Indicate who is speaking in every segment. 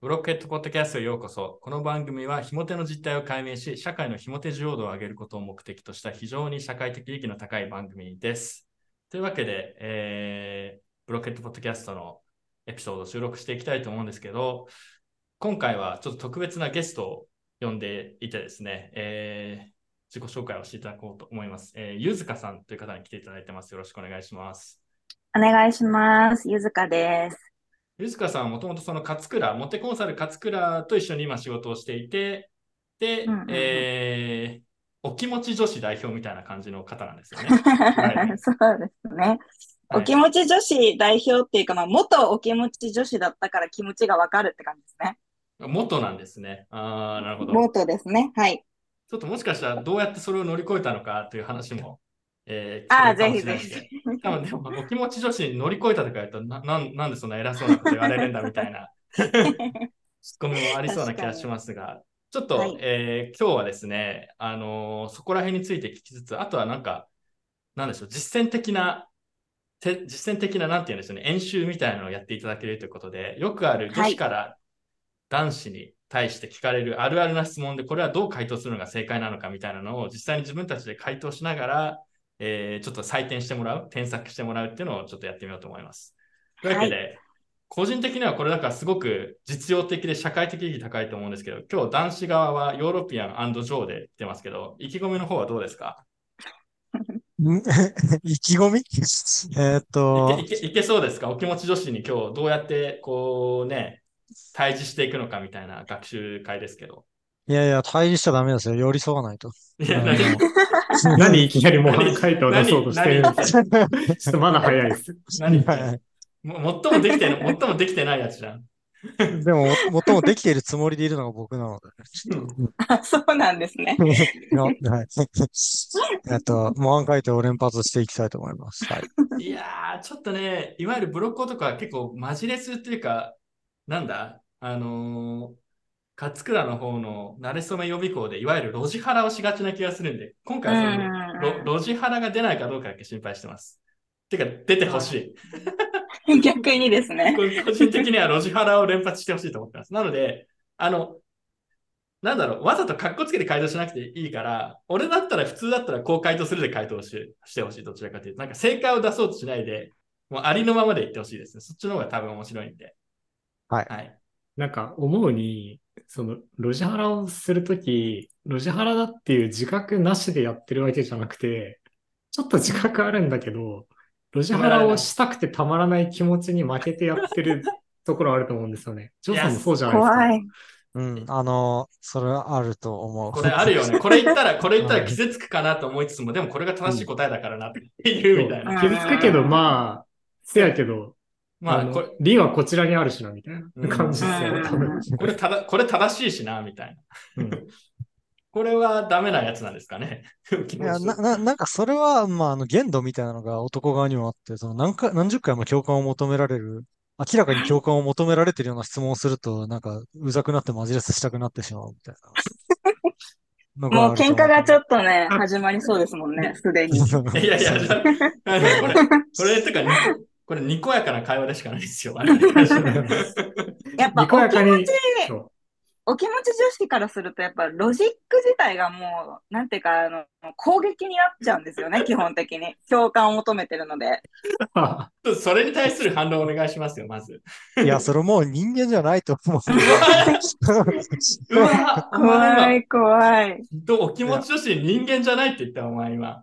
Speaker 1: ブロックヘッドポッドキャストへようこそ。この番組は、ひも手の実態を解明し、社会のひも手需要度を上げることを目的とした非常に社会的意義の高い番組です。というわけで、えーブロックヘッドポッドキャストのエピソードを収録していきたいと思うんですけど、今回はちょっと特別なゲストを呼んでいてですね、えー自己紹介をしていただこうと思います。えー、ゆずかさんという方に来ていただいてます。よろしくお願いします。
Speaker 2: お願いします。ゆずかです。
Speaker 1: ゆずかさんはもともとその勝倉、モテコンサル勝倉と一緒に今仕事をしていて、で、
Speaker 2: うんうんうん
Speaker 1: えーお気持ち女子代表みたいな感じの方なんです よね。い
Speaker 2: そうですね。お気
Speaker 1: ち、
Speaker 2: 持ち女子代表っていうか、まあ、元お気持ち女子だったから気持ちがわかるって感じですね。
Speaker 1: 元なんですね。ああ、なるほど。ち
Speaker 2: 元ですね。はい。
Speaker 1: ょっともしかしたらどうやってそれを乗り越えたのかという話も、えー、
Speaker 2: ああ、
Speaker 1: 聞け
Speaker 2: ぜ
Speaker 1: る
Speaker 2: ひ
Speaker 1: かもしれないです
Speaker 2: ぜひぜ
Speaker 1: ね
Speaker 2: ひ。
Speaker 1: 多分でも、お気持ち女子に乗り越えたとか言うとな なん、なんでそんな偉そうなこと言われるんだみたいな、ツッコミもありそうな気がしますが、ちょっと、
Speaker 2: はい
Speaker 1: えー今日はですね、あのーそこら辺について聞きつつ、あとはなんか、なんでしょう、実践的な、て実践的な、なんて言うんでしょうね、演習みたいなのをやっていただけるということで、よくある女
Speaker 2: は
Speaker 1: 子
Speaker 2: い
Speaker 1: から男子に対して聞かれるあるあるな質問で、これはどう回答するのが正解なのかみたいなのを、実際に自分たちで回答しながら、えーちょっと採点してもらう、添削してもらうっていうのをちょっとやってみようと思います。というわけで、個人的にはこれだからすごく実用的で社会的意義高いと思うんですけど、今日男子側はヨーロピアンジョーで来てますけど、意気込みの方はどうですか
Speaker 3: ん意気込み えーっと
Speaker 1: い、けいけいけそうですかお気持ち女子に今日どうやってこうね、対峙していくのかみたいな学習会ですけど。
Speaker 3: いやいや、対峙しちゃダメですよ。寄り添わないと。
Speaker 1: いや、
Speaker 3: うん
Speaker 1: 何も
Speaker 4: 何いきなり模範解答を出そうとしてるん
Speaker 1: 何
Speaker 4: ですかちょっとまだ早いです。
Speaker 1: 何
Speaker 3: はいはい
Speaker 1: も最もできてる、最もできてないやつじゃん。
Speaker 3: でも、も最もできているつもりでいるのが僕なの
Speaker 2: あ そうなんですね。
Speaker 3: で。のはい。 えーっと、模範解答を連発していきたいと思います。はい。
Speaker 1: いやー、ちょっとね、いわゆるブロッコとかは結構マジレスっていうか、なんだ、あのー、勝倉の方の慣れ初め予備校で、いわゆる路地腹をしがちな気がするんで、今
Speaker 2: う
Speaker 1: 回はその、
Speaker 2: ん。
Speaker 1: ろ路地腹が出ないかどうかだけ心配してます。てか、出てほしい。
Speaker 2: 逆にですね。
Speaker 1: こ個人的には路地腹を連発してほしいと思ってます。なので、あの、なんだろう、わざとカッコつけて回答しなくていいから、俺だったら普通だったらこう回答するで回答ししてほしい、どちらかというと。なんか正解を出そうとしないで、もうありのままで言ってほしいですね。そっちの方が多分面白いんで。
Speaker 3: はい
Speaker 1: はい。
Speaker 4: なんか思うに、その、路地腹をするとき、路地腹だっていう自覚なしでやってるわけじゃなくて、ちょっと自覚あるんだけど、路地腹をしたくてたまらない気持ちに負けてやってるところあると思うんです よね。ジョーさんもそうじゃないですか。
Speaker 2: 怖い。
Speaker 3: うん、あの、それはあると思う。
Speaker 1: これあるよね。これ言ったら、これ言ったら傷つくかなと思いつつも、でもこれが正しい答えだからなっていうみたいな。
Speaker 2: うん
Speaker 4: 傷つくけど、まあ、せやけど、
Speaker 1: ま
Speaker 4: あ
Speaker 1: あ、
Speaker 4: の
Speaker 1: これ、
Speaker 4: 理はこちらにあるしな、みたいな感じですよね、多分。
Speaker 1: これただこれ正しいしな、みたいな。
Speaker 4: うん
Speaker 1: これはダメなやつなんですかね。気
Speaker 3: い
Speaker 1: 持
Speaker 3: や、
Speaker 1: ち
Speaker 3: な、な、なんかそれは、まあ、あの、限度みたいなのが男側にもあって、その何回、何十回も共感を求められる、明らかに共感を求められてるような質問をすると、なんか、うざくなってマジレスしたくなってしまうみたい な。のが
Speaker 2: もう
Speaker 3: あると
Speaker 2: 喧
Speaker 3: 思
Speaker 2: 嘩がちょ
Speaker 3: っ
Speaker 2: っとね、始まりそうですもんね、すでに。
Speaker 3: と。
Speaker 1: いやいや、じゃああのこれ、これとかに、これ、にこやかな会話でしかないですよ。あれ
Speaker 2: やっぱ
Speaker 4: にこや
Speaker 2: お 気
Speaker 4: かに
Speaker 2: 持ち、
Speaker 4: そう
Speaker 2: お気持ち女子からすると、やっぱロジック自体がもう、なんていうか、あの、攻撃になっちゃうんですよね、基本的に。共感を求めてるので。
Speaker 4: あ
Speaker 1: それに対する反論お願いしますよ、まず。
Speaker 3: いや、それもう人間じゃないと思う。
Speaker 1: うわ、お
Speaker 2: 怖
Speaker 1: 前今、
Speaker 2: い怖い。
Speaker 1: どうお気持ちとして人間じゃないって言った、お前今。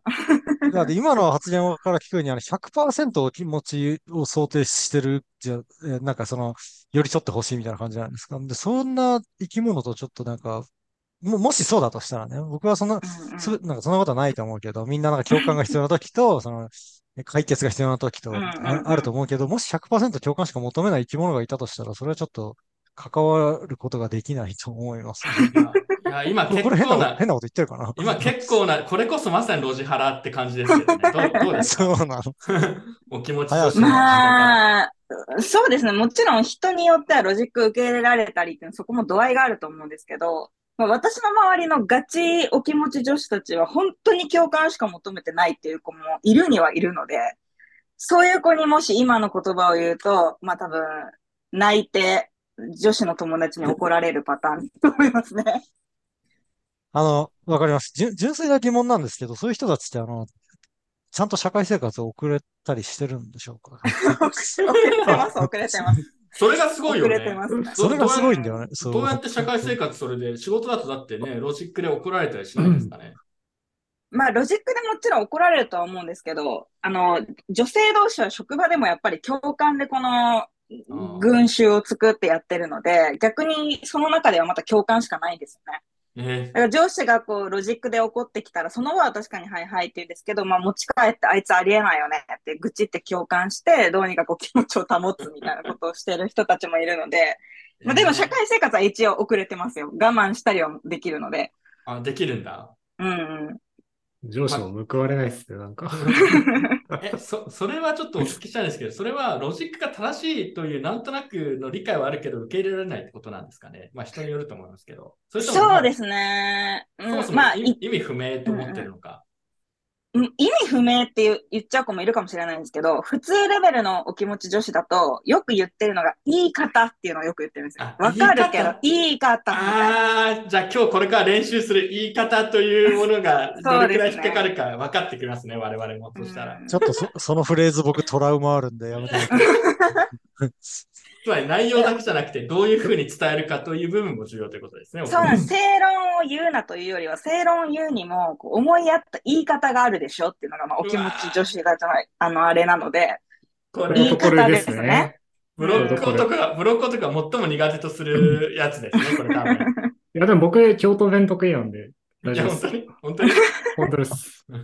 Speaker 3: だって今の発言から聞くに、あの、100%お気持ちを想定してる、じゃ、えーなんかその、寄り添ってほしいみたいな感じじゃないですか。で、そんな生き物とちょっとなんか、も、もしそうだとしたらね、僕はそんな、
Speaker 2: うんうん
Speaker 3: すなんかそんなことはないと思うけど、みんななんか共感が必要な時と、その、解決が必要な時と、
Speaker 2: うんうんうん
Speaker 3: ああると思うけど、もし100%共感しか求めない生き物がいたとしたら、それはちょっと関わることができないと思います。
Speaker 1: いや、今、結
Speaker 3: これ変
Speaker 1: 構
Speaker 3: な、
Speaker 1: な
Speaker 3: 変、なこと言ってるかな
Speaker 1: 今、結構な、これこそまさに路地腹って感じですよね。どうどうです
Speaker 3: そうなの。
Speaker 1: お気持ちとしての
Speaker 2: まあ、そうですね。もちろん人によってはロジック受け入れられたりっていうのはそこも度合いがあると思うんですけど、まあ、私の周りのガチお気持ち女子たちは本当に共感しか求めてないっていう子もいるにはいるので、そういう子にもし今の言葉を言うと、まあ多分、泣いて女子の友達に怒られるパターンと思 いますね。
Speaker 3: あの、わかります。純純粋な疑問なんですけど、そういう人たちって、あの、ちゃんと社会生活を送れたりしてるんでし ょうか
Speaker 2: 遅れてます、遅れてます。
Speaker 1: それがすごいよ
Speaker 2: 遅れ
Speaker 1: ね
Speaker 2: て。ますね。
Speaker 3: それがすごいんだよね。そう。
Speaker 1: どうやって社会生活それで、仕事だとだってね、ロジックで怒られたりしないんですかね。
Speaker 2: まあ、ロジックでもちろん怒られるとは思うんですけど、あの、女性同士は職場でもやっぱり共感でこの
Speaker 1: ー
Speaker 2: 群衆を作ってやってるので、逆にその中ではまた共感しかないんですよね。
Speaker 1: ね
Speaker 2: だから上司がこうロジックで怒ってきたら、その後は確かにはいはいって言うんですけど、まあ持ち帰ってあいつありえないよねって愚痴って共感して、どうにかこう気持ちを保つみたいなことをしてる人たちもいるので、まあでも社会生活は一応遅れてますよ。我慢したりはできるので。
Speaker 1: あ、できるんだ。
Speaker 2: うんうん。
Speaker 4: 上司も報われないですね、なんか。
Speaker 1: え、そ、それはちょっとお聞きしたいんですけど、それはロジックが正しいというなんとなくの理解はあるけど、受け入れられないってことなんですかね。まあ人によると思いますけど。それとも
Speaker 2: そうですね。う
Speaker 1: そもそ
Speaker 2: ん、
Speaker 1: も
Speaker 2: まあ、
Speaker 1: 意
Speaker 2: い
Speaker 1: 味意味不明と思ってるのか。
Speaker 2: うん意味不明って言う言っちゃう子もいるかもしれないんですけど、普通レベルのお気持ち女子だと、よく言ってるのが、言い方っていうのをよく言ってるんですよ。
Speaker 1: あ
Speaker 2: わかるけど、言い方みたいな。
Speaker 1: ああ、じゃあ今日これから練習する言い方というものがどれくらい引っかかるか分かってきますね、我々もとしたら。
Speaker 2: うん
Speaker 3: ちょっ とそ、そのフレーズ僕トラウマあるんでやめてください
Speaker 1: つまり内容だけじゃなくて、どういうふうに伝えるかという部分も重要ということですね。
Speaker 2: そうなんです。正論を言うなというよりは、正論を言うにも、こう思い合った言い方があるでしょっていうのが、まあ、お気持ち女子がじゃない、あの、あれなので、
Speaker 1: こ
Speaker 2: い
Speaker 1: れ
Speaker 2: い
Speaker 4: ところです
Speaker 2: 言い方です
Speaker 4: ね
Speaker 2: ね。
Speaker 1: ブロック男が、ブロック男が最も苦手とするやつですね、これ多分。
Speaker 4: いや、でも僕、京都弁得意なんで、大
Speaker 1: いや、
Speaker 4: 丈
Speaker 1: 本
Speaker 4: 夫です
Speaker 1: 当。に、本当に。
Speaker 4: 本当です。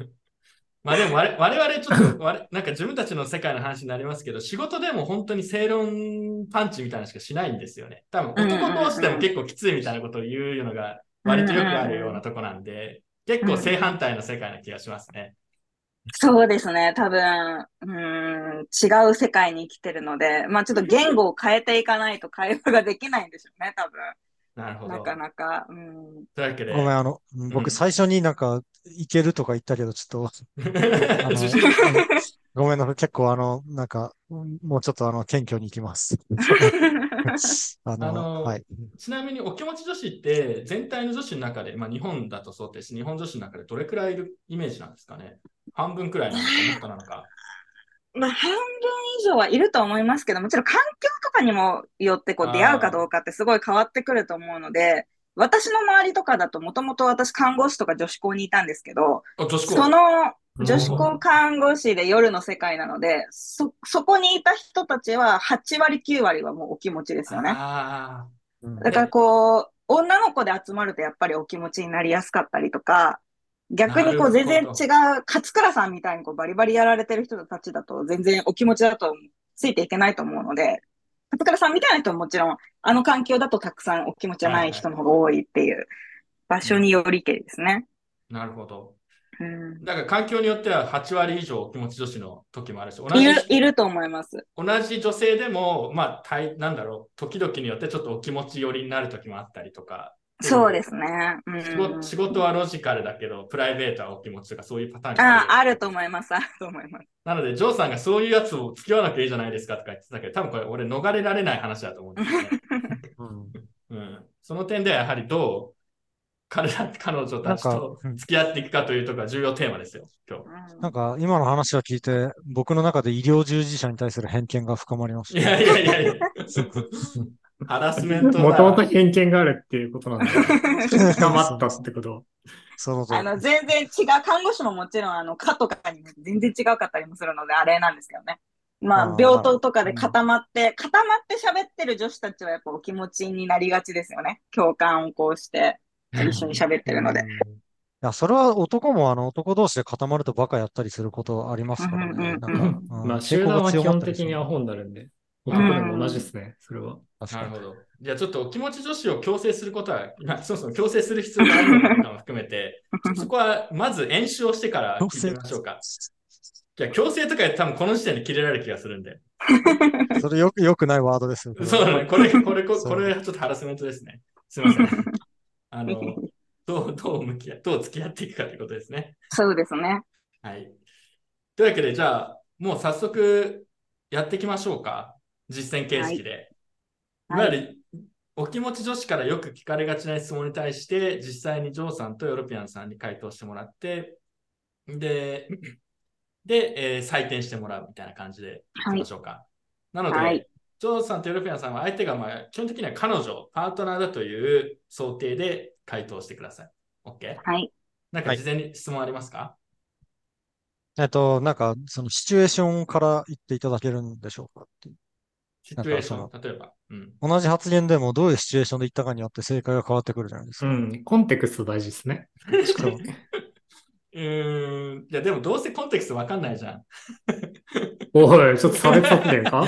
Speaker 1: まあでも我、我々ちょっと、我々なんか自分たちの世界の話になりますけど、仕事でも本当に正論パンチみたいなのしかしないんですよね。多分、男同士でも結構きついみたいなことを言うのが、割とよくあるようなとこなんで、結構正反対の世界な気がしますね。
Speaker 2: そうですね。多分、うーん、違う世界に生きてるので、まあちょっと言語を変えていかないと会話ができないんでしょうね、多分。
Speaker 1: なるほ
Speaker 2: な
Speaker 1: ど。
Speaker 2: かなか。 うん。
Speaker 1: というわけで
Speaker 3: ごめん、あの、
Speaker 1: うん
Speaker 3: 僕最初になんか、いけるとか言ったけど、ちょっと、 あの、あ
Speaker 1: 受信
Speaker 3: のごめんなさい。結構あの、なんか、もうちょっとあの、謙虚に行 きます。あの、
Speaker 1: あの
Speaker 3: はい。
Speaker 1: ちなみにお気持ち女子って全体の女子の中で、まあ、日本だと想定し、日本女子の中でどれくらいいるイメージなんですかね半分くらいなのか、もっとなのか。
Speaker 2: まあ半分以上はいると思いますけど、もちろん環境とかにもよってこ
Speaker 1: あ
Speaker 2: う
Speaker 1: ー
Speaker 2: 出会うかどうかってすごい変わってくると思うので、私の周りとかだともともと私看護師とか女子校にいたんですけど、
Speaker 1: あ女子校
Speaker 2: その女子校看護師で夜の世界なので、そ、そこにいた人たちは8割9割はもうお気持ちですよね。
Speaker 1: あ
Speaker 3: うん
Speaker 2: だからこう、女の子で集まるとやっぱりお気持ちになりやすかったりとか、逆にこう
Speaker 1: なる
Speaker 2: 全
Speaker 1: ほど
Speaker 2: 然違う、勝倉さんみたいにこうバリバリやられてる人たちだと全然お気持ちだとついていけないと思うので、勝倉さんみたいな人ももちろん、あの環境だとたくさんお気持ちじゃない人の方が多いっていう場所によりけりですね。
Speaker 1: ーなるほど。
Speaker 2: うん
Speaker 1: だから環境によっては8割以上気持ち女子の時もあるし、同
Speaker 2: い
Speaker 1: じ
Speaker 2: る、いると思います。
Speaker 1: 同じ女性でも、まあ、たいなんだろう、時々によってちょっとお気持ち寄りになる時もあったりとか。
Speaker 2: そうですね。う
Speaker 1: 仕事。
Speaker 2: ん。
Speaker 1: 仕事はロジカルだけど、プライベートはお気持ちとか、そういうパターンが
Speaker 2: あ、あると思います。あると思います。
Speaker 1: なので、ジョーさんがそういうやつを付き合わなきゃいいじゃないですかとか言ってたけど、多分これ俺逃れられない話だと思うんですよね。
Speaker 3: うん
Speaker 1: うん、その点ではやはりどう彼ら、彼女たちと
Speaker 3: なんかうん
Speaker 1: 付き合っていくかというとか重要テーマですよ、今日。
Speaker 2: うん
Speaker 3: なんか、今の話を聞いて、僕の中で医療従事者に対する偏見が深まり まし
Speaker 1: いやいやいやいや。ハラスメント
Speaker 4: もともと
Speaker 1: だ。
Speaker 4: 偏見があるっていうこと なんで、
Speaker 3: た。
Speaker 4: 黙ったってこと。
Speaker 3: その通り
Speaker 2: あの、全然違う、看護師ももちろん、あの、科とかにも全然違うかったりもするので、あれなんですけどね。
Speaker 3: あ
Speaker 2: まあ
Speaker 3: ー、
Speaker 2: 病棟とかで固まって、固まって喋ってる女子たちはやっぱお気持ちになりがちですよね。共感をこうして、一緒に喋ってるので。
Speaker 3: いや、それは男もあの男同士で固まるとバカやったりすることありますから
Speaker 2: うんうん
Speaker 3: ね。
Speaker 2: うん
Speaker 3: なんか、うん
Speaker 4: まあ、
Speaker 3: 傾
Speaker 4: 集
Speaker 3: 向
Speaker 4: 団
Speaker 3: が
Speaker 4: は基
Speaker 3: 強まっ
Speaker 4: 本
Speaker 3: たりす
Speaker 4: 的
Speaker 3: る
Speaker 4: にアホになるんで、男でも同じですね、それは。
Speaker 3: 確
Speaker 1: な
Speaker 3: か
Speaker 1: る
Speaker 3: に
Speaker 1: ほど。じゃあちょっとお気持ち女子を強制することは、まあ、そもそも強制する必要があるのかも含めて、そこはまず演習をしてから聞いてみましょうか。いや、強制とか言って多分この時点で切れられる気がするんで。
Speaker 3: それよく、よくないワードですよ。これは
Speaker 1: そうだね。これ、これ、こ
Speaker 3: そう
Speaker 1: これ、ちょっとハラスメントですね。すみません。あの、どう、どう向き合、どう付き合っていくかということですね。
Speaker 2: そうですね。
Speaker 1: はい。というわけで、じゃあ、もう早速やっていきましょうか。実践形式で。いわゆる、お気持ち女子からよく聞かれがちな質問に対して、実際にジョーさんとヨロピアンさんに回答してもらって、で、で、えー採点してもらうみたいな感じでいきましょうか。なので、
Speaker 2: はい
Speaker 1: ジョーさんとヨロピアンさんは相手が、まあ、基本的には彼女、パートナーだという想定で回答してください。OK?
Speaker 2: はい。
Speaker 1: なんか事前に質問ありますか、
Speaker 3: えっと、なんか、そのシチュエーションから言っていただけるんでしょうかっていう
Speaker 1: シチュエーショ
Speaker 3: なん
Speaker 1: ン、例えば。うん。
Speaker 3: 同じ発言でもどういうシチュエーションで言ったかによって正解が変わってくるじゃないです
Speaker 4: う
Speaker 3: か。
Speaker 4: ん、コンテクスト大事ですね。
Speaker 3: そう
Speaker 1: うーん。いや、でもどうせコンテクストわかんないじゃん。
Speaker 4: おい、ちょっと差別発言か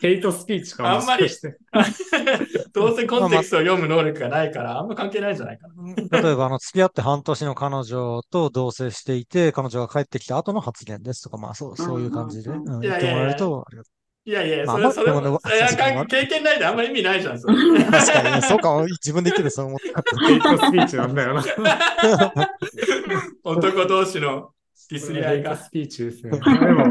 Speaker 4: ヘイトスピーチか。
Speaker 1: あんまり
Speaker 4: もしかして
Speaker 1: どうせコンテクストを読む能力がないから、あんま関係ないんじゃないかな。
Speaker 3: 例えば、あの、付き合って半年の彼女と同棲していて、彼女が帰ってきた後の発言ですとか、まあ、そう、そういう感じで、
Speaker 2: うん
Speaker 3: うん
Speaker 1: い
Speaker 3: 言
Speaker 1: や
Speaker 3: っ
Speaker 1: いやいや
Speaker 3: てもらえるとありが
Speaker 1: いやいや、
Speaker 3: まあ
Speaker 1: それ、それ
Speaker 3: まあで
Speaker 1: も
Speaker 3: も、
Speaker 1: いや
Speaker 3: そう
Speaker 1: か
Speaker 3: そう
Speaker 1: 経験ないであんまり意味ないじゃん、そ れ。
Speaker 3: たい。確かに、そうかも、自分で言っててそう思った。
Speaker 4: ヘイトスピーチなんだよな。
Speaker 1: 男同士のディスり合
Speaker 4: ヘ
Speaker 1: い
Speaker 4: イト
Speaker 1: が。
Speaker 4: スピーチ ですね。でも、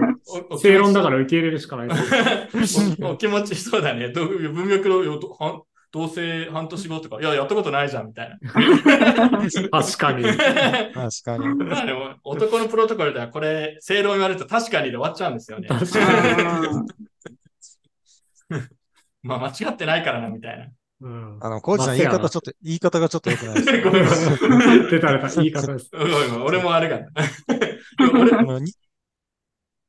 Speaker 1: おお
Speaker 4: 正論だから受け入れるしかないです。
Speaker 1: お お気持ち、そうだね。ど文脈のよど半同棲半年後とか、いや、やったことないじゃん、みたいな。
Speaker 4: 確かに。
Speaker 3: 確かに。
Speaker 1: まあでも、男のプロトコルではこれ、正論言われると確かにで終わっちゃうんですよね。
Speaker 4: 確かに。
Speaker 2: うん
Speaker 1: まあ、間違ってないからな、みたいな。
Speaker 4: うん。
Speaker 3: あの、コーチさん、
Speaker 4: ま
Speaker 3: 言
Speaker 4: あ
Speaker 3: い方ちょっと、言い方がちょっと良くないです。
Speaker 1: ごめんなさい
Speaker 4: 出たれた、いい方です。
Speaker 1: ごめんごめん俺もあれが。いや俺
Speaker 3: あのに
Speaker 1: い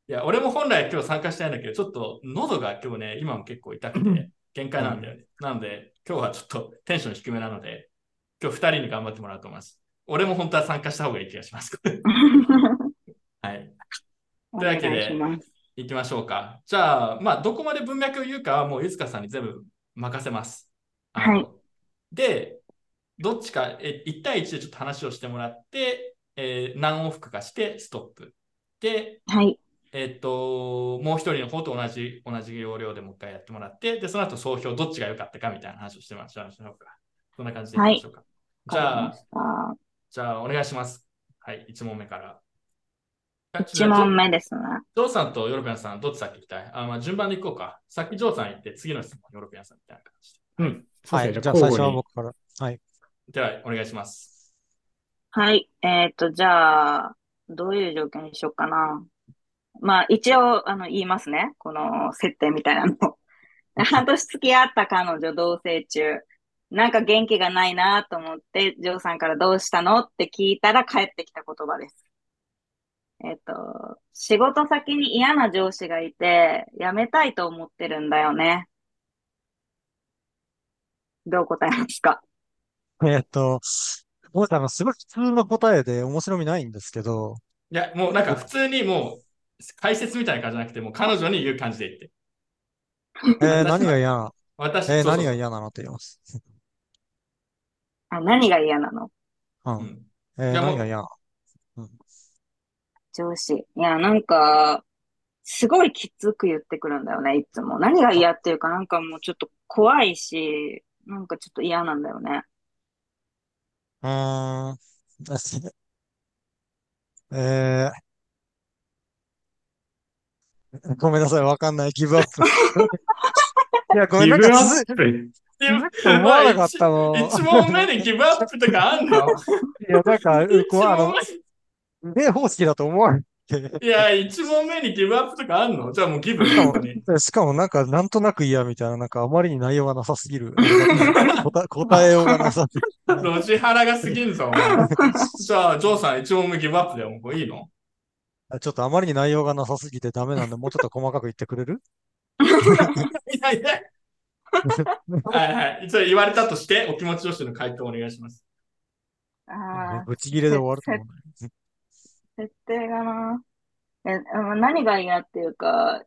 Speaker 1: や、俺も本来今日参加したいんだけど、ちょっと喉が今日ね、今も結構痛く
Speaker 4: う
Speaker 1: て
Speaker 4: ん、
Speaker 1: 限界なんだよね。なので、今日はちょっとテンション低めなので、今日2人に頑張ってもらおうと思います。俺も本当は参加した方がいい気がします。 はい。というわけで
Speaker 2: お願いします
Speaker 1: 行きましょうか。じゃあ、まあ、どこまで文脈を言うかはもう、ゆずかさんに全部任せます。あの
Speaker 2: はい
Speaker 1: で、どっちか、え1対1でちょっと話をしてもらって、えー何往復かして、ストップ。で、
Speaker 2: はい。
Speaker 1: えっと、もう一人の方と同じ、同じ要領でもう一回やってもらって、で、その後総評どっちが良かったかみたいな話をしてみましょうか。そんな感じでいきましょうか。じゃあ、
Speaker 2: あ
Speaker 1: じゃあお願いします。はい、1問目から。
Speaker 2: 1問目ですね。
Speaker 1: ジョーさんとヨーロピアンさん、どっち先行きたいあ、まあ、順番で行こうか。先ジョーさん行って、次の質問、ヨーロピアンさんみたいな感じ
Speaker 4: うん。そう
Speaker 3: は
Speaker 4: で
Speaker 3: い。
Speaker 4: すね
Speaker 3: じゃあ、最初は
Speaker 4: 交
Speaker 3: 僕から。はい。
Speaker 1: で。では、お願いします。
Speaker 2: はい。えっ、と、じゃあ、どういう条件にしようかな。まあ、一応、あの、言いますね。この設定みたいなの。半年付き合った彼女同棲中。なんか元気がないなと思って、ジョーさんからどうしたのって聞いたら帰ってきた言葉です。えっ、と、仕事先に嫌な上司がいて、辞めたいと思ってるんだよね。どう答えますか
Speaker 3: えーっと、もうあの、すごい普通の答えで面白みないんですけど、
Speaker 1: いや、もうなんか普通にもう、解説みたいな感じじゃなくて、もう彼女に言う感じで言って。
Speaker 3: えー何が嫌なの
Speaker 1: 私、
Speaker 3: え
Speaker 1: そう
Speaker 3: ー
Speaker 1: そう
Speaker 3: 何が嫌なのって言います。
Speaker 2: あ、何が嫌なの
Speaker 3: う。
Speaker 1: うんん
Speaker 3: えー
Speaker 1: いやもう
Speaker 3: 何が嫌なの
Speaker 2: 上司。いや、なんか、すごいきつく言ってくるんだよね、いつも。何が嫌っていうか、なんかもうちょっと怖いし、なんかちょっと嫌なんだよね。
Speaker 3: うーん。えー、ごめんなさい、わかんない、ギブアップ。いや、ごめん、なん
Speaker 4: 互
Speaker 3: か
Speaker 4: にギブア
Speaker 3: 続
Speaker 4: ップ
Speaker 1: いや
Speaker 3: く思わなかったもん。い
Speaker 1: 一問目でギブアップとかあんの
Speaker 3: や、なんか、うこう、あ
Speaker 1: 一問
Speaker 3: の、ね、方式だと思われ
Speaker 1: 目いや、一問目にギブアップとかあんのじゃあもうギブ
Speaker 3: しかも
Speaker 1: 本当に
Speaker 3: しかもなんか、なんとなく嫌みたいな、なんかあまりに内容がなさすぎる。答え、答えようがなさすぎる。
Speaker 1: ロジハラが過ぎんぞ。お前 じゃあ、ジョーさん、一問目ギブアップでもうこれいいの
Speaker 3: ちょっとあまりに内容がなさすぎてダメなんで、もうちょっと細かく言ってくれる
Speaker 1: いやいや。はいはい。それ言われたとして、お気持ち女子の回答お願いします。
Speaker 2: ああ、
Speaker 3: ぶち切れで終わると思う。
Speaker 2: 設定がな。え、うん何が嫌っていうか、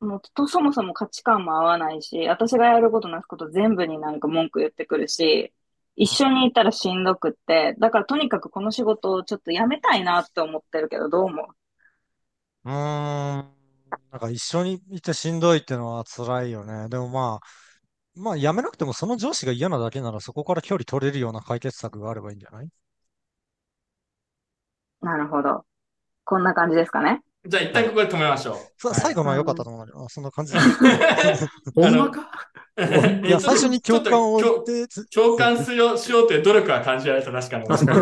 Speaker 2: もうとそもそも価値観も合わないし、私がやることなすこと全部になんか文句言ってくるし、一緒にいたらしんどくって、だからとにかくこの仕事をちょっとやめたいなって思ってるけど、どう思う
Speaker 3: うーん、なんか一緒にいてしんどいってのは辛いよね。でもまあ、まあやめなくてもその上司が嫌なだけならそこから距離取れるような解決策があればいいんじゃない
Speaker 2: なるほど。こんな感じですかね。
Speaker 1: じゃあ、一旦ここで止めましょう。
Speaker 3: さ、
Speaker 1: はい
Speaker 3: 最後のは良かったと思うよ。あ、そんな感じだ。
Speaker 4: ほんまか
Speaker 3: いや、最初に共感を
Speaker 1: ちょ
Speaker 3: 置
Speaker 1: っと
Speaker 3: いて、つ
Speaker 1: 共感しようしようという努力は感じられた、 確かに。
Speaker 4: 確かに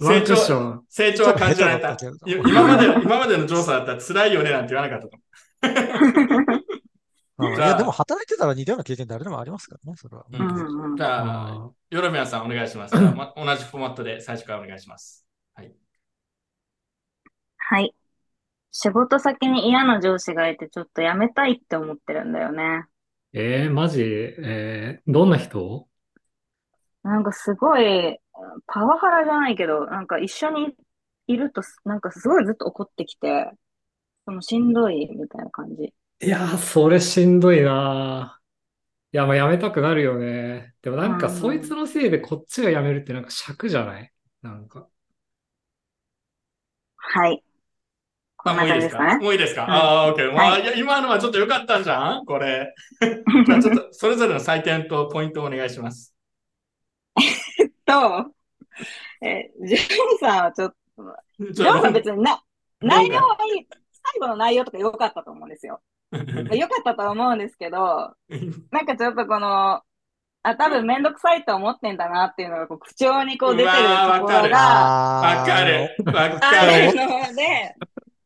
Speaker 4: ワンクッション。
Speaker 1: 成長は感じられた。い
Speaker 3: ちょっと下手だったけど
Speaker 1: 今まで今までの上司だったら辛いよねなんて言わなかったと思
Speaker 3: うんいや、でも働いてたら似たような経験誰でもありますからね、それは。
Speaker 1: う
Speaker 2: う
Speaker 1: うん
Speaker 2: んうん
Speaker 1: う。じゃあ、
Speaker 4: あ
Speaker 1: ヨロミアンさんお願いし ます。ま同じフォーマットで最初からお願いします。
Speaker 2: はい。仕事先に嫌な上司がいて、ちょっと辞めたいって思ってるんだよね。
Speaker 4: えー、マジえー、どんな人
Speaker 2: なんかすごい、パワハラじゃないけど、なんか一緒にいると、なんかすごいずっと怒ってきて、そのしんどいみたいな感じ。
Speaker 4: いやー、それしんどいなー。いや、まあ、やめたくなるよね。でもなんか、
Speaker 2: うん
Speaker 4: そいつのせいでこっちがやめるってなんか尺じゃないなんか。
Speaker 2: はい。こ
Speaker 1: あ、
Speaker 2: ん
Speaker 1: も
Speaker 2: な
Speaker 1: ういいで
Speaker 2: 感じ
Speaker 1: す
Speaker 2: です
Speaker 1: か
Speaker 2: かね。
Speaker 1: もういいですか、
Speaker 2: うん
Speaker 1: ああ、OK。まあ、
Speaker 2: はい
Speaker 1: いや、今のはちょっと良かったんじゃんこ れ。じゃあちょっと、それぞれの採点とポイントをお願いします。
Speaker 2: と、えー、ジュンさんはちょっと、
Speaker 1: ち
Speaker 2: ジ
Speaker 1: ょ
Speaker 2: ョンさ
Speaker 1: っ
Speaker 2: ん
Speaker 1: と
Speaker 2: 別にな、
Speaker 1: どうか
Speaker 2: 内容はいい、最後の内容とか良かったと思うんですよ。良かったと思うんですけど、なんかちょっとこの、あ、多分めんどくさいと思ってんだなっていうのが、こう、口調にこう出てると
Speaker 1: う
Speaker 2: こ
Speaker 1: わーわか
Speaker 2: ろ
Speaker 1: る
Speaker 2: が、
Speaker 3: あ
Speaker 1: わかる。わ
Speaker 2: あ
Speaker 1: かる。
Speaker 2: るので、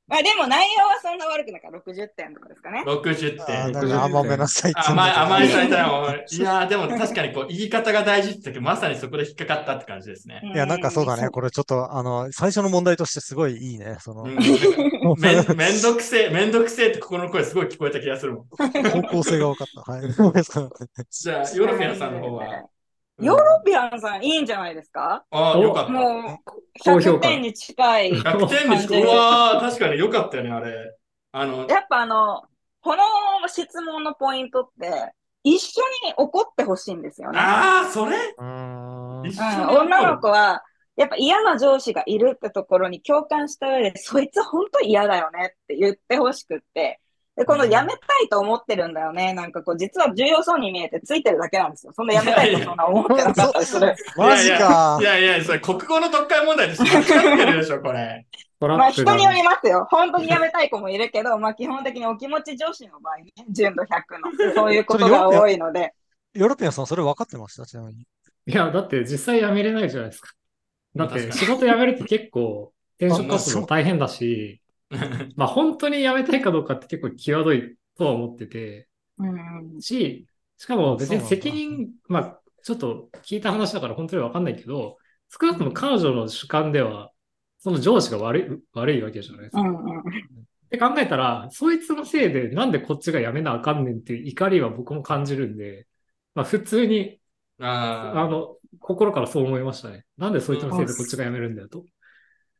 Speaker 2: まあでも内容はそんな悪くないから、60点とかですかね。
Speaker 1: 60
Speaker 3: あー
Speaker 1: 点。
Speaker 3: なんか甘めなさいって言うん
Speaker 1: 甘い、
Speaker 3: だ
Speaker 1: 甘い採点を。
Speaker 3: けど
Speaker 1: いやー、でも確かにこう、言い方が大事って時、まさにそこで引っかかったって感じですね。
Speaker 3: いや、なんかそうだね。これちょっと、あの、最初の問題としてすごいいいね。その
Speaker 1: う、ん、
Speaker 3: 方
Speaker 1: めんめんどくせえ、めんどくせえって心の声すごい聞こえた気がするもん。
Speaker 3: 向性が分かった。 はい。ごめんなさい
Speaker 1: じゃあ、ヨロフィアさんの方は。
Speaker 2: ヨーロピアンさんいいんじゃないですか
Speaker 1: ああ、よかった。
Speaker 2: もう、
Speaker 4: 高評
Speaker 2: 100
Speaker 4: 価
Speaker 2: 点に近い。
Speaker 1: 100点にし
Speaker 2: 感じ
Speaker 1: うわー、確かによかったよね、あれ。あの、
Speaker 2: やっぱあの、この質問のポイントって、一緒に怒ってほしいんですよね。
Speaker 1: ああ、それ
Speaker 3: うーん
Speaker 1: 一
Speaker 2: う
Speaker 1: 緒に
Speaker 2: ん、
Speaker 1: 怒る
Speaker 2: 女の子は、やっぱ嫌な上司がいるってところに共感した上で、そいつ本当嫌だよねって言ってほしくって。で、この辞めたいと思ってるんだよね。なんかこう、実は重要そうに見えてついてるだけなんですよ。そんな辞めたいとそんな思ってなかったりする。
Speaker 3: マジか
Speaker 1: い。やいや、それ国語の読解問題でしょ。間違ってるでしょ、これ。
Speaker 4: トラ
Speaker 2: まあ
Speaker 4: ップ
Speaker 2: 人によ
Speaker 4: だ。
Speaker 2: りますよ。本当に辞めたい子もいるけど、まあ基本的にお気持ち上司の場合ね、純度100の、そういうことが多いので。
Speaker 3: ヨーロピアンさん、それ分かってましたちなみに。
Speaker 4: いや、だって実際辞めれないじゃないですか。だって
Speaker 1: 確かに
Speaker 4: 仕事辞めるって結構転職活動大変だし、まあ本当に辞めたいかどうかって結構際どいとは思ってて、
Speaker 2: うん。
Speaker 4: し、しかも別に責
Speaker 3: そうなん
Speaker 4: 任、まあ、ちょっと聞いた話だから本当にわかんないけど、少なくとも彼女の主観では、その上司が悪い、悪いわけじゃないです
Speaker 2: う
Speaker 4: か。
Speaker 2: んうん。
Speaker 4: って考えたら、そいつのせいでなんでこっちがやめなあかんねんっていう怒りは僕も感じるんで、まあ普通に、あ
Speaker 1: あ
Speaker 4: の、心からそう思いましたね。なんでそいつのせいでこっちがやめるんだよと。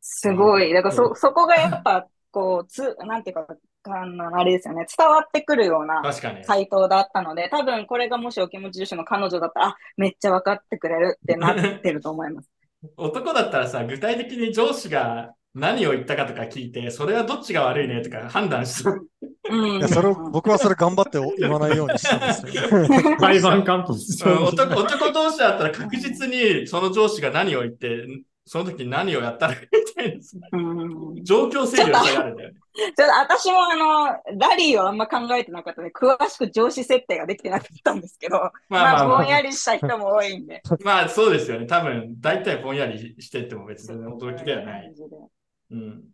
Speaker 2: すごい。だから
Speaker 4: う
Speaker 2: そ、
Speaker 4: ん
Speaker 2: そこがやっぱ、こう、つ、なんていうか、あのあれですよね。伝わってくるよう
Speaker 1: あ、
Speaker 2: な
Speaker 1: 確かに。
Speaker 2: 回答だったので、多分これがもしお気持ち女子の彼女だったら、あ、めっちゃ分かってくれるってなってると思い ます。
Speaker 1: 男だったらさ、具体的に上司が何を言ったかとか聞いて、それはどっちが悪いねとか判断 しそう。
Speaker 2: うん。
Speaker 3: いや、それを、僕はそれ頑張ってお言わないようにした んですよ。
Speaker 4: 裁判官と
Speaker 1: うん男男同士だったら確実にその上司が何を言って、その時に何をやったらいいんです
Speaker 2: うん。ちょ
Speaker 1: 状況整理をしてやるんだよね。
Speaker 2: っと私もあの、ラリーをあんま考えてなかったので、詳しく上司設定ができてなかったんですけど、
Speaker 1: まあ
Speaker 2: ま
Speaker 1: ま
Speaker 2: あ、
Speaker 1: あま
Speaker 2: ぼ
Speaker 1: あ、
Speaker 2: んやりした人も多いんで。
Speaker 1: まあそうですよね。多分、大体ぼんやりしてても別に驚きではない。うん。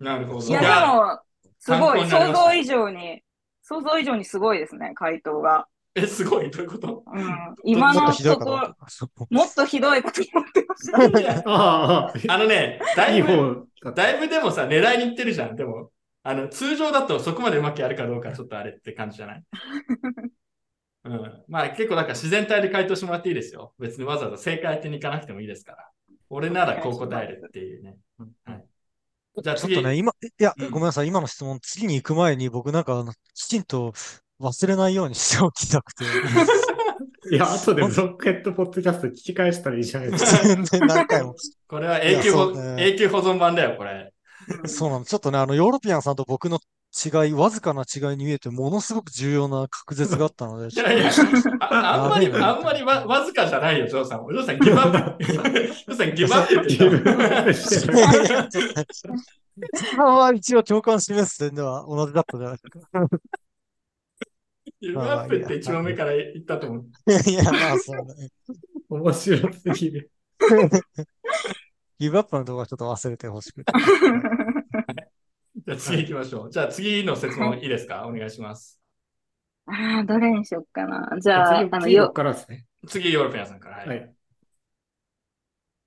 Speaker 1: なるほど。
Speaker 2: いや、
Speaker 1: いや
Speaker 2: でも、すご
Speaker 1: 参考
Speaker 2: い。
Speaker 1: になり
Speaker 2: 想
Speaker 1: ました
Speaker 2: 像以上に、想像以上にすごいですね、回答が。
Speaker 1: え、すごい、どういうこと
Speaker 2: うん
Speaker 1: ま
Speaker 2: 今
Speaker 1: あ
Speaker 3: も
Speaker 2: の
Speaker 3: っとひどい
Speaker 2: と
Speaker 3: か
Speaker 2: こ
Speaker 3: と思った。
Speaker 2: もっとひど いこと思ってました。
Speaker 1: いや
Speaker 4: あ
Speaker 1: あのね、
Speaker 4: あ、
Speaker 1: だ
Speaker 4: いい
Speaker 1: いぶ、
Speaker 4: 方だった。
Speaker 1: だいぶでもさ、狙いに行ってるじゃん。でも、あの、通常だとそこまでうまくやるかどうかちょっとあれって感じじゃない うん。まあ結構なんか自然体で回答してもらっていいですよ。別にわざわざ正解当てに行かなくてもいいですから。俺ならこう答えるっていうね。はい、じゃあ
Speaker 3: ちょっ
Speaker 1: 次。
Speaker 3: とね、今、いや、
Speaker 1: うん
Speaker 3: ごめんなさい、今の質問、次に行く前に僕なんか、あのきちんと忘れないようにしておきたくて、
Speaker 4: いや、後でブロックヘッドポッドキャスト聞き返したらいいじゃないで すか。
Speaker 3: 自分で何回も。
Speaker 1: これは永久
Speaker 3: いや
Speaker 1: 保、
Speaker 3: そうね
Speaker 1: 永久保存版だよ、これ。
Speaker 3: そうなの。ちょっとね、あの、ヨーロピアンさんと僕の違い、わずかな違いに見えて、ものすごく重要な確絶があったので、
Speaker 1: いやいや、ああんまり、
Speaker 3: やべえな
Speaker 1: あんまりわわずかじゃないよ、ジョーさん。ジョーさん、ギブアップ。ジョーさん、ギブアップって言った
Speaker 3: いやいやちょっとね一番は一応共感示す点では同じだったじゃないですか。
Speaker 1: ルムアップって一番目から言ったと思う。
Speaker 3: いや、まあ、そう ね。
Speaker 4: 面白すぎる。
Speaker 3: ギブアップの動画ちょっと忘れてほしくて。
Speaker 1: じゃあ次行きましょう。じゃあ次の説問いいですかお願いします。
Speaker 2: ああ、どれにしよっかな。じ
Speaker 4: じ
Speaker 2: ゃあ、あの、よ、
Speaker 4: からですね。
Speaker 1: 次、ヨーロピアンさんから。
Speaker 4: はい。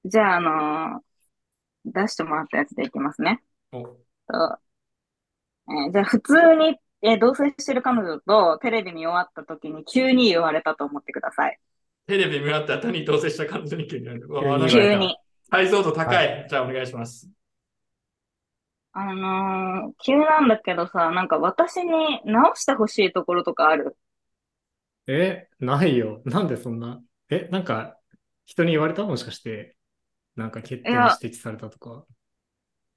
Speaker 2: じゃあ、あのー出してもらったやつでいきますね。
Speaker 1: お
Speaker 2: とえーじゃあ、普通に、えー同棲してる彼女とテレビ見終わった時に急に言われたと思ってください。
Speaker 1: テレビ見終わった後に同棲した彼女に急に言われる。う
Speaker 4: 急に
Speaker 1: わなんか
Speaker 4: 言わ
Speaker 2: 急
Speaker 4: れた
Speaker 2: に。
Speaker 1: 解像度高い。
Speaker 3: は
Speaker 1: じゃあお願いします。
Speaker 2: あのー急なんだけどさ、なんか私に直してほしいところとかある
Speaker 4: え、ないよ。なんでそんな。え、なんか、人に言われたもしかして、なんか欠点
Speaker 2: い
Speaker 4: 指
Speaker 2: や
Speaker 4: 摘されたとか。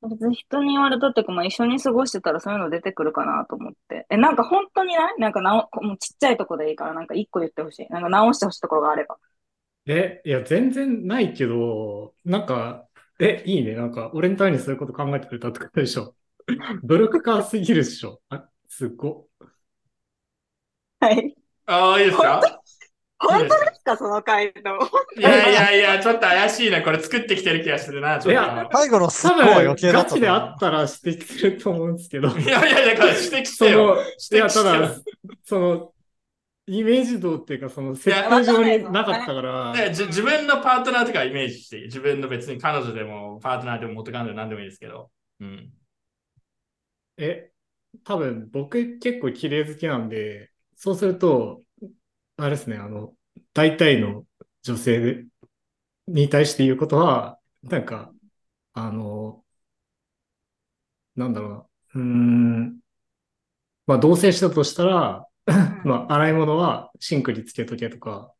Speaker 2: 別に人に言われたっていうか、まあ、一緒に過ごしてたらそういうの出てくるかなと思って。え、なんか本当にないなんかなお、もうちっちゃいとこでいいから、なんか一個言ってほしい。なんか直してほしいところがあれば。
Speaker 4: え、いや、全然ないけど、なんか、え、いいね。なんか、俺のためにそういうこと考えてくれたってことでしょ。 努力家すぎるっしょ。あ、すご
Speaker 2: はい。
Speaker 1: ああ、いいですか
Speaker 2: 本
Speaker 1: いい
Speaker 2: 当
Speaker 1: ですか
Speaker 2: ですか、その回答。
Speaker 1: いやいやいや、ちょっと怪しいな。これ作ってきてる気がするな。ちょっと
Speaker 4: いや
Speaker 3: 最後のス
Speaker 4: 多
Speaker 3: コア
Speaker 4: 分、
Speaker 3: 余計だ
Speaker 4: ガ
Speaker 3: った
Speaker 4: チ
Speaker 3: な
Speaker 4: であったら指摘すると思うんですけど、
Speaker 1: いやいやいや、だから指摘し
Speaker 4: そ
Speaker 1: てよ。
Speaker 4: の、い
Speaker 1: 指摘
Speaker 4: や、
Speaker 1: して
Speaker 4: た
Speaker 1: よ
Speaker 4: だ、その、イメージ度っていうか、その、設定上になかったから、
Speaker 1: ねじ自分のパートナーとかイメージして、自分の別に彼女でもパートナーでも元彼女でも何でもいいですけど。うん。
Speaker 4: え、多分僕結構綺麗好きなんで、そうすると、あれですね、あの、大体の女性に対して言うことは、なんか、あの、なんだろうな、うーん、まあ同棲したとしたら、まあ洗い物はシンクにつけとけとか、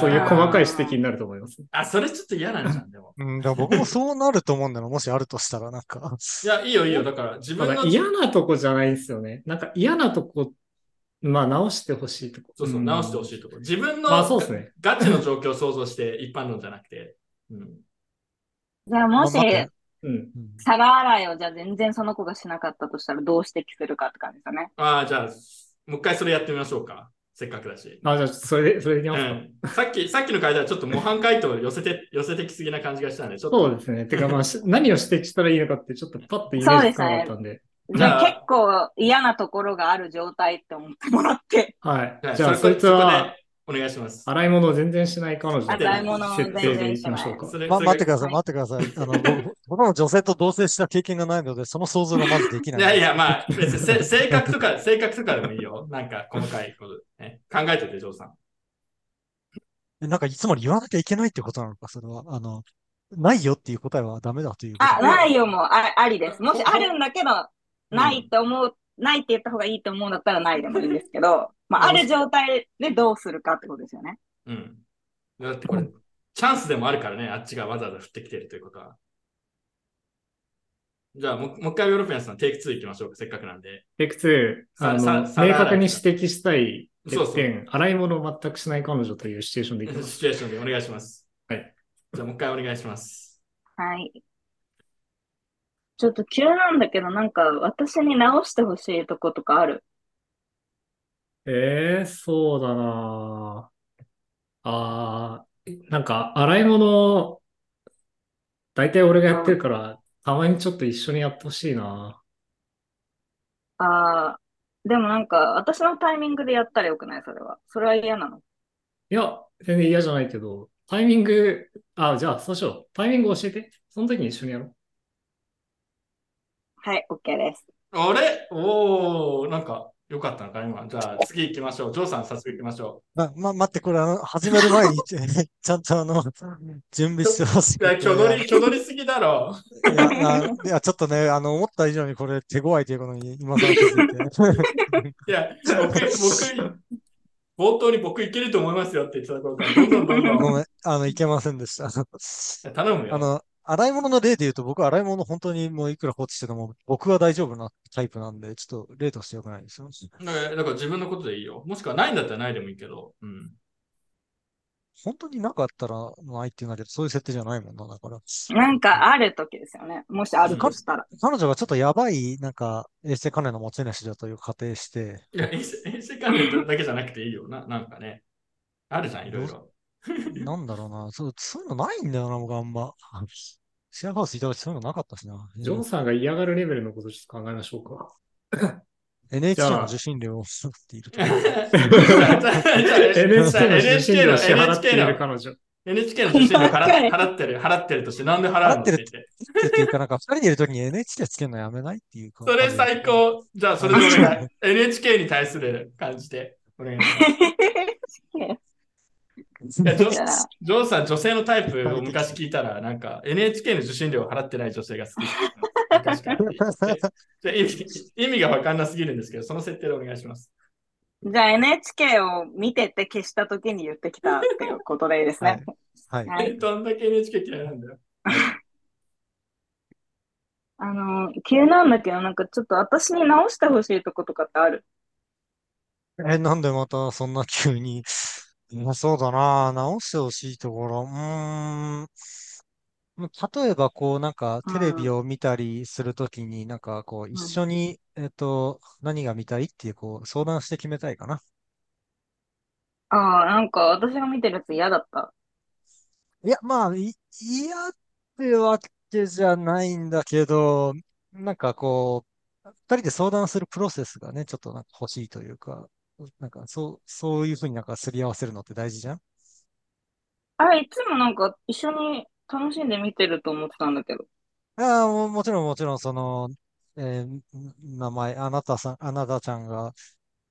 Speaker 4: そういう細かい指摘になると思います。
Speaker 1: あー、あそれちょっと嫌なんじゃん、でも。
Speaker 3: うん、でも僕もそうなると思うんだよな、もしあるとしたら、なんか。
Speaker 1: いや、いいよいいよ。だから自
Speaker 4: た
Speaker 1: 分
Speaker 4: だ
Speaker 1: の。
Speaker 4: 嫌なとこじゃないんですよね。なんか嫌なとこ、まあ直してほしいとこ。
Speaker 1: そうそう、
Speaker 4: ん
Speaker 1: 直してほしいところ。自分の
Speaker 4: まあそうですね。
Speaker 1: ガチの状況を想像して、一般論じゃなくて。うん。
Speaker 2: じゃあ、もし、
Speaker 3: まあ待って
Speaker 4: うん。
Speaker 3: うん
Speaker 2: 皿洗いをじゃあ全然その子がしなかったとしたらどう指摘するかって感じだね。
Speaker 1: ああ、じゃあ、もう一回それやってみましょうか。せっかくだし。
Speaker 4: あ、じゃあ、それで、それでいき
Speaker 1: う
Speaker 4: ますか。
Speaker 1: ん、さっき、さっきの回ではちょっと模範回答を寄せて、寄せてきすぎな感じがしたんで、ちょっと。
Speaker 4: そうですね。てか、ま あ、し何を指摘したらいいのかって、ちょっとパッとイメージつかなかったんで。
Speaker 1: じ
Speaker 2: じ
Speaker 1: ゃ
Speaker 2: ゃ
Speaker 1: あ
Speaker 2: あ結構嫌なところがある状態って思ってもら って、
Speaker 4: はい。
Speaker 1: はい
Speaker 4: じゃあ、
Speaker 1: そ
Speaker 4: そ
Speaker 1: れ
Speaker 4: いつ
Speaker 1: そこ
Speaker 4: は、
Speaker 1: でお願いします。
Speaker 4: 洗い物を全然しない彼女って
Speaker 1: 洗い
Speaker 2: 物を
Speaker 4: 設定でいきましょうか。
Speaker 1: それ
Speaker 3: ま、
Speaker 1: それ
Speaker 3: 待ってください、待ってください。あの、僕僕も女性と同棲した経験がないので、その想像がまずできないい。
Speaker 1: やいや、まあ、別にせ 性格とか、性格とかでもいいよ。なんか、細かいこと、ね。考えてて、ジョーさん。
Speaker 3: えなんか、いつも言わなきゃいけないってことなのか、それは。あの、ないよっていう答えはダメだということ。
Speaker 2: あ、ないよもあありです。もしあるんだけど、ないって思う、ないって言った方がいいって思うんだったらないでもいいんですけど、まあある状態でどうするかってことですよね。
Speaker 1: うん。だってこれ、チャンスでもあるからね、あっちがわざわざ降ってきてるということは。じゃあ、もうもう一回ヨーロピアンさん、テイク2行きましょうか、せっかくなんで。
Speaker 4: テイク2、
Speaker 1: さ
Speaker 4: あの、
Speaker 1: さ皿洗い
Speaker 4: 明確に指摘したい欠
Speaker 1: そうそう
Speaker 4: 点、洗い物を全くしない彼女というシチュエーションでいきます。
Speaker 1: シチュエーションでお願いします。
Speaker 4: はい。
Speaker 1: じゃあ、もう一回お願いします。
Speaker 2: はい。ちょっと急なんだけど、なんか私に直してほしいとことかある。
Speaker 4: ええそうだなああー、なんか、洗い物、大体俺がやってるから、たまにちょっと一緒にやってほしいな
Speaker 2: ああ、でもなんか私のタイミングでやったらよくないそれは。それは嫌なの。
Speaker 4: いや、全然嫌じゃないけど、タイミング、あ、じゃあ、そうしよう。タイミング教えて。その時に一緒にやろう。
Speaker 2: はい、OK です。
Speaker 1: あれおー、なんか、よかったのか、今。じゃあ、次行きましょう。ジョーさん、早速行きましょ
Speaker 3: ま、ま、待って、これ、あの、始める前に、 ちゃんとあの、準備してほし
Speaker 1: う。いや、
Speaker 3: くて。
Speaker 1: 挙取り、挙取りすぎだろ。
Speaker 3: いや、あいや、ちょっとね、あの、思った以上にこれ手強いということに今更気 づい
Speaker 1: い
Speaker 3: て。
Speaker 1: や、僕、僕、冒頭に僕いけると思いますよって言ってた頃から、どんどんどんどん。
Speaker 3: ご
Speaker 1: い
Speaker 3: めん、あの、いけませんでした。
Speaker 1: や頼むよ。
Speaker 3: あの、洗い物の例で言うと、僕は洗い物本当にもういくら放置してても、僕は大丈夫なタイプなんで、ちょっと例としてよくないですよ。
Speaker 1: だから、だから自分のことでいいよ。もしくはないんだったらないでもいいけど。うん。
Speaker 3: 本当になかったらないっていうんだけど、そういう設定じゃないもんな、だから。
Speaker 2: なんかある時ですよね。もしあるとしたら。
Speaker 3: 彼女がちょっとやばい、なんか、衛星関連の持ち主だという仮 定して、
Speaker 1: いや、衛生衛生関連だけじゃなくていいよな、なんかね。あるじゃん、いろいろ。
Speaker 3: なんだろうな、そうそういうのないんだよな、僕あんま。シェアハウスいた時そういうのなかったしな。
Speaker 4: ジョンさんが嫌がるレベルのことをちょっと考えましょうか。
Speaker 3: NHK
Speaker 4: じゃ
Speaker 3: の
Speaker 4: あ
Speaker 3: 受信料を 払っていると
Speaker 1: じゃあじゃあ
Speaker 4: NHK の受
Speaker 1: NHK
Speaker 4: 信料
Speaker 1: の
Speaker 4: を支払ってい
Speaker 1: NHK
Speaker 4: る
Speaker 1: の
Speaker 4: 彼女。
Speaker 1: NHK の受信料払っ払ってる、払ってるとして、なんで払うの
Speaker 3: 払
Speaker 1: っ
Speaker 3: ってて
Speaker 1: 言
Speaker 3: る
Speaker 1: って。
Speaker 3: っていうか、なんか、二人でいる時に NHK つけるのやめないっていうか。
Speaker 1: それ最。高。じゃあ、それでお願い。NHK に対する感じで。お願いしますいやジョー
Speaker 2: じゃあ
Speaker 1: ジョーさん、女性のタイプを昔聞いたら、なんか NHK の受信料を払ってない女性が好きって。確かにで意味意味が分かんなすぎるんですけど、その設定でお願いします。
Speaker 2: じゃあ NHK を見てて消した時に言ってきたっていうことでいいですね。
Speaker 3: はい。
Speaker 2: は
Speaker 1: え
Speaker 2: い。
Speaker 1: どんだけ NHK 嫌いなんだよ。
Speaker 2: あの、急なんだけど、なんかちょっと私に直してほしいとことかってある
Speaker 3: え、なんでまたそんな急に。 まあそうだな、直してほしいところ。うーん。例えば、こう、なんか、テレビを見たりするときに、なんか、こう、一緒に、えっと、何が見たいっていう、こう、相談して決めたいかな。
Speaker 2: ああ、なんか私が見てるやつ嫌だった。
Speaker 3: いや、まあ、い、嫌ってわけじゃないんだけど、なんかこう、二人で相談するプロセスがね、ちょっとなんか欲しいというか、なんかそう、そういうふうになんかすり合わせるのって大事じゃん
Speaker 2: あれ、いつもなんか一緒に楽しんで見てると思ってたんだけど。
Speaker 3: ああ、ももちろん、もちろん、その、えーん名前、あなたさん、あなたちゃんが、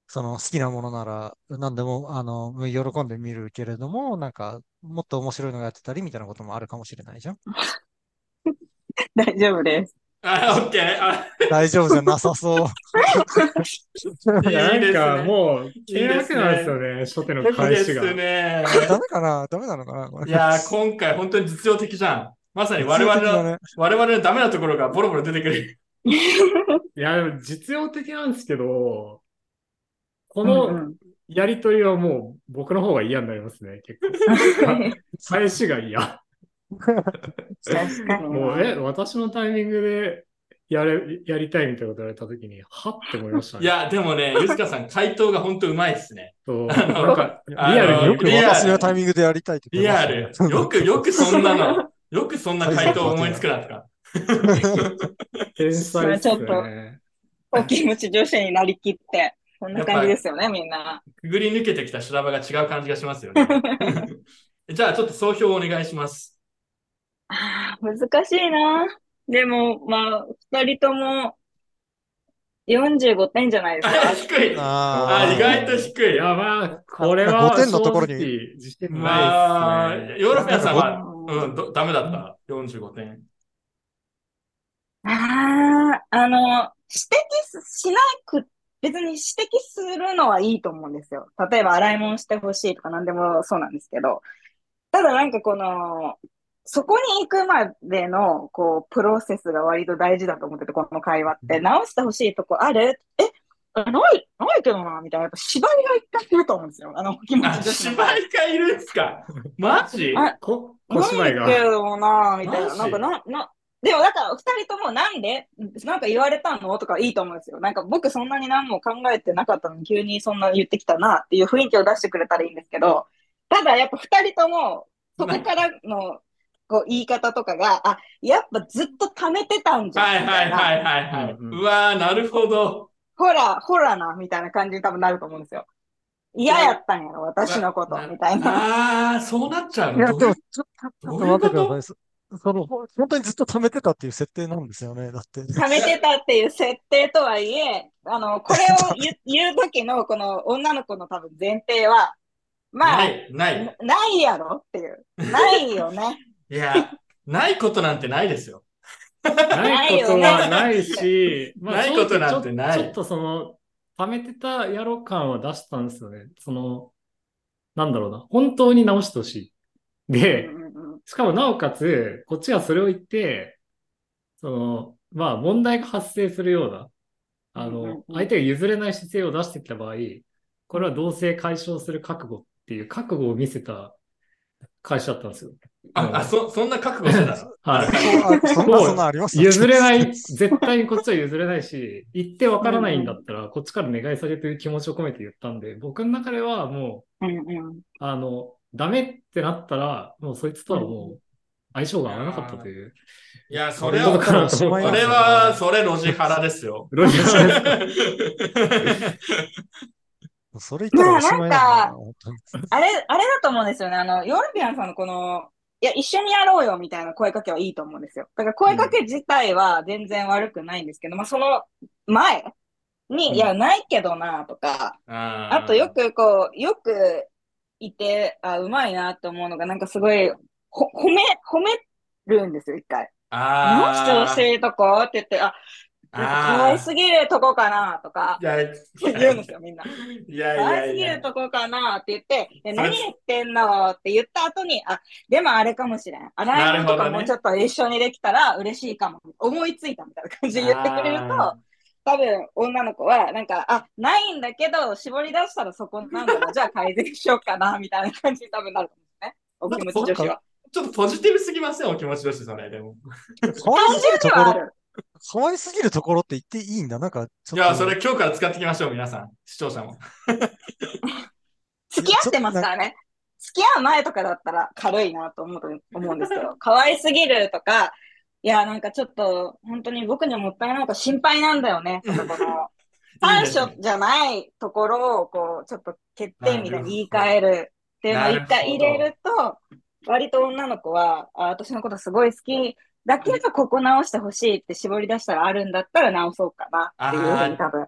Speaker 3: その好きなものなら、何でも、あの、喜んで見るけれども、なんか、もっと面白いのがやってたり、みたいなこともあるかもしれない じゃん。
Speaker 2: 大丈夫です。
Speaker 1: あ、オッケー。あ
Speaker 3: 大丈夫じゃなさ そう。
Speaker 1: いいですね
Speaker 4: なんかもう、
Speaker 1: いい
Speaker 4: 険
Speaker 1: で
Speaker 4: 悪
Speaker 1: すね
Speaker 4: なんですよね、初手の
Speaker 1: いい
Speaker 4: 返
Speaker 1: で
Speaker 4: しが。
Speaker 1: すね。
Speaker 3: ダメかなダメなのかなこれ
Speaker 1: いやー、今回本当に実用的じゃん。まさに我々
Speaker 3: 実用的
Speaker 1: の、
Speaker 3: だね
Speaker 1: 我々のダメなところがボロボロ出てくる。
Speaker 4: いや、でも実用的なんですけど、こ
Speaker 2: うん
Speaker 4: の
Speaker 2: うん
Speaker 4: やりとりはもう僕の方が嫌になりますね、結構。返し が嫌。
Speaker 2: 確 かに
Speaker 4: もう、
Speaker 2: な
Speaker 4: え、私のタイミングでやれ、やりたいみたいなこと言われたときに、はって思いました
Speaker 1: い
Speaker 4: ね。
Speaker 1: や、でもね、ゆずかさん、回答が本当うまいですね。
Speaker 4: そう、なんか、リ
Speaker 1: あの
Speaker 4: アルに
Speaker 1: あ
Speaker 3: よ
Speaker 4: よ
Speaker 1: の
Speaker 4: く
Speaker 3: く
Speaker 4: わ
Speaker 1: リアル
Speaker 3: 私のタイミングでやりたいって言っ
Speaker 1: リ
Speaker 3: てまし
Speaker 1: ア
Speaker 3: たね
Speaker 1: ル。よく、よくそんなの、よくそんな回答を思いつくなとか。
Speaker 4: 天才です
Speaker 2: ちょ
Speaker 4: よ
Speaker 2: っ
Speaker 4: ね。
Speaker 2: お気持ち女子になりきって、こんな感じですよね、みんな。
Speaker 1: くぐり抜けてきた修羅場が違う感じがしますよね。じゃあ、ちょっと総評をお願いします。
Speaker 2: あー難しいな。でも、まあ、二人とも45点じゃないです
Speaker 1: あ
Speaker 2: か。
Speaker 1: 低い。あ
Speaker 3: あ
Speaker 1: あ、
Speaker 3: ー
Speaker 1: 意外と低
Speaker 4: い
Speaker 1: い。
Speaker 4: や、まあ、これは
Speaker 3: 5点のところに
Speaker 4: 正直自信
Speaker 1: ま
Speaker 4: な
Speaker 1: あ、
Speaker 4: いですね。
Speaker 1: ヨーロピアンさんは、
Speaker 2: う
Speaker 1: うんん、どダメだった。45点。
Speaker 2: ああ、あの、指摘しなく、別に指摘するのはいいと思うんですよ。例えば洗い物してほしいとか何でもそうなんですけど、ただなんかこの、そこに行くまでの、こう、プロセスが割と大事だと思ってて、この会話って。直してほしいとこあるえ、ない、ないけどな、みたいな。やっぱ縛りが一回いると思うんですよ。あの、気持
Speaker 1: あ、
Speaker 2: ち女子の
Speaker 1: 芝居がいるんすかマジ
Speaker 2: あ
Speaker 4: こ、小芝
Speaker 2: な
Speaker 4: 居
Speaker 2: い
Speaker 4: が。
Speaker 2: けどな、みたい
Speaker 1: マ
Speaker 2: な。
Speaker 1: ジ
Speaker 2: なんかな、な、でもだから、二人ともなんで、なんか言われたのとかいいと思うんですよ。なんか僕そんなに何も考えてなかったのに急にそんな言ってきたなっていう雰囲気を出してくれたらいいんですけど、ただやっぱ二人とも、そこからの、こう言い方とかが、あ、やっぱずっと溜めてたんじゃん。。
Speaker 1: はいはいはいいはいはい。
Speaker 4: うんう
Speaker 1: うんわー、なるほど。
Speaker 2: ほら、ほらな、みたいな感じに多分なると思うんですよ。嫌やったんやろ、私のこと、みたいな。
Speaker 1: ああー、そうなっちゃう
Speaker 3: いや、
Speaker 1: の
Speaker 3: で
Speaker 1: どう
Speaker 3: も、ちょっと、ち
Speaker 1: ど
Speaker 3: ょっ
Speaker 1: う
Speaker 3: と
Speaker 1: いうこ
Speaker 3: 待っ
Speaker 1: と
Speaker 3: てください。そその、ほ本当にずっと貯めてたっていう設定なんですよね。だって。
Speaker 2: 貯めてたっていう設定とはいえ、あの、これを言う言う時のこの女の子の多分前提は、ま
Speaker 1: な
Speaker 2: あ、
Speaker 1: い、ない。
Speaker 2: ないやろっていう。ないよね。
Speaker 1: いや、ないことなんてないですよ。
Speaker 4: ないことはな いし、まあ
Speaker 1: ないことなんてない
Speaker 4: 正直ちょちょっとその、貯めてたやろ感は出したんですよね。その、なんだろうな。本当に直してほしい。で
Speaker 2: う、んうんうん
Speaker 4: しかもなおかつ、こっちがそれを言って、その、まあ問題が発生するような、あ
Speaker 2: うんうん
Speaker 4: の、
Speaker 2: うん
Speaker 4: 相手が譲れない姿勢を出してきた場合、これは同性解消する覚悟っていう覚悟を見せた会社だったんですよ。
Speaker 1: あ、あそ、そんな覚悟してた の
Speaker 4: はい。
Speaker 3: あそんな、そんなあります
Speaker 4: 譲れない、絶対にこっちは譲れないし、言ってわからないんだったら、こっちから願い下げという気持ちを込めて言ったんで、僕の中ではも
Speaker 2: うんうん。
Speaker 4: う、あの、ダメってなったら、もうそいつとはもう、相性が合わなかったという。
Speaker 1: いや、それ
Speaker 4: そういう
Speaker 1: は、
Speaker 4: ことかなと
Speaker 1: そ
Speaker 4: 思
Speaker 1: れ
Speaker 4: い
Speaker 3: ます
Speaker 1: は、それ、ロジハラですよ。
Speaker 4: ロジハラ
Speaker 3: それ言ったらおしまい
Speaker 2: まあ
Speaker 3: だ
Speaker 2: なんか
Speaker 3: 本当に
Speaker 2: あれ、あれだと思うんですよね。あの、ヨーロピアンさんのこの、いや、一緒にやろうよみたいな声かけはいいと思うんですよ。だから声かけ自体は全然悪くないんですけど、まあその前に、
Speaker 4: うん
Speaker 2: いや、ないけどなとか、
Speaker 1: あ
Speaker 2: あとよくこう、よくいて、あ、うまいなと思うのが、なんかすごい、ほ、褒め、褒めるんですよ、一回。も
Speaker 1: あ
Speaker 2: う主張
Speaker 1: あ
Speaker 2: してるとこって言って、あ、なんか可愛すぎるとこかなとか
Speaker 1: い、や、い
Speaker 2: 言うんですよ、みんな。
Speaker 1: やい
Speaker 2: 可
Speaker 1: や
Speaker 2: 愛す
Speaker 1: い
Speaker 2: ぎる
Speaker 1: や。
Speaker 2: とこかなって言って、
Speaker 1: そ
Speaker 2: え
Speaker 1: れ
Speaker 2: 何言ってんのって言った後に、あ、でもあれかもしれん。洗
Speaker 1: なる
Speaker 2: い物と
Speaker 1: ほど
Speaker 2: か
Speaker 1: ね
Speaker 2: もうちょっと一緒にできたら嬉しいかも。思いついたみたいな感じで言ってくれる
Speaker 1: あ
Speaker 2: と、多分女の子は、なんか、あ、ないんだけど、絞り出したらそこなんだな。じゃあ改善しようかな、みたいな感じに多分なると思うんですね。お気持ち女子は。
Speaker 1: ちょっとポジティブすぎません、お気持ちよし、それ。でも。
Speaker 3: 可
Speaker 2: 単
Speaker 3: 愛すぎ
Speaker 2: 純
Speaker 3: ると
Speaker 2: で
Speaker 3: こ
Speaker 2: はあ
Speaker 3: ろ、
Speaker 2: る。
Speaker 3: 可愛すぎるところって言っていいんだ。なんか、ちょ
Speaker 1: い
Speaker 3: っと。
Speaker 1: や、それ今日から使っていきましょう、皆さん。視聴者も。
Speaker 2: 付き合ってますからね。付き合う前とかだったら軽いなと思うと思うんですけど、可愛すぎるとか、いや、なんかちょっと、本当に僕にはもったいないから心配 なんだよね。とかこの、短所じゃないところを、こう、ちょっと欠点みたいに言い換えるっていうのを一回入れると、割と女の子は、あ、私のことすごい好きだけど、ここ直してほしいって絞り出したらあるんだったら直そうかなっていうふうに多分。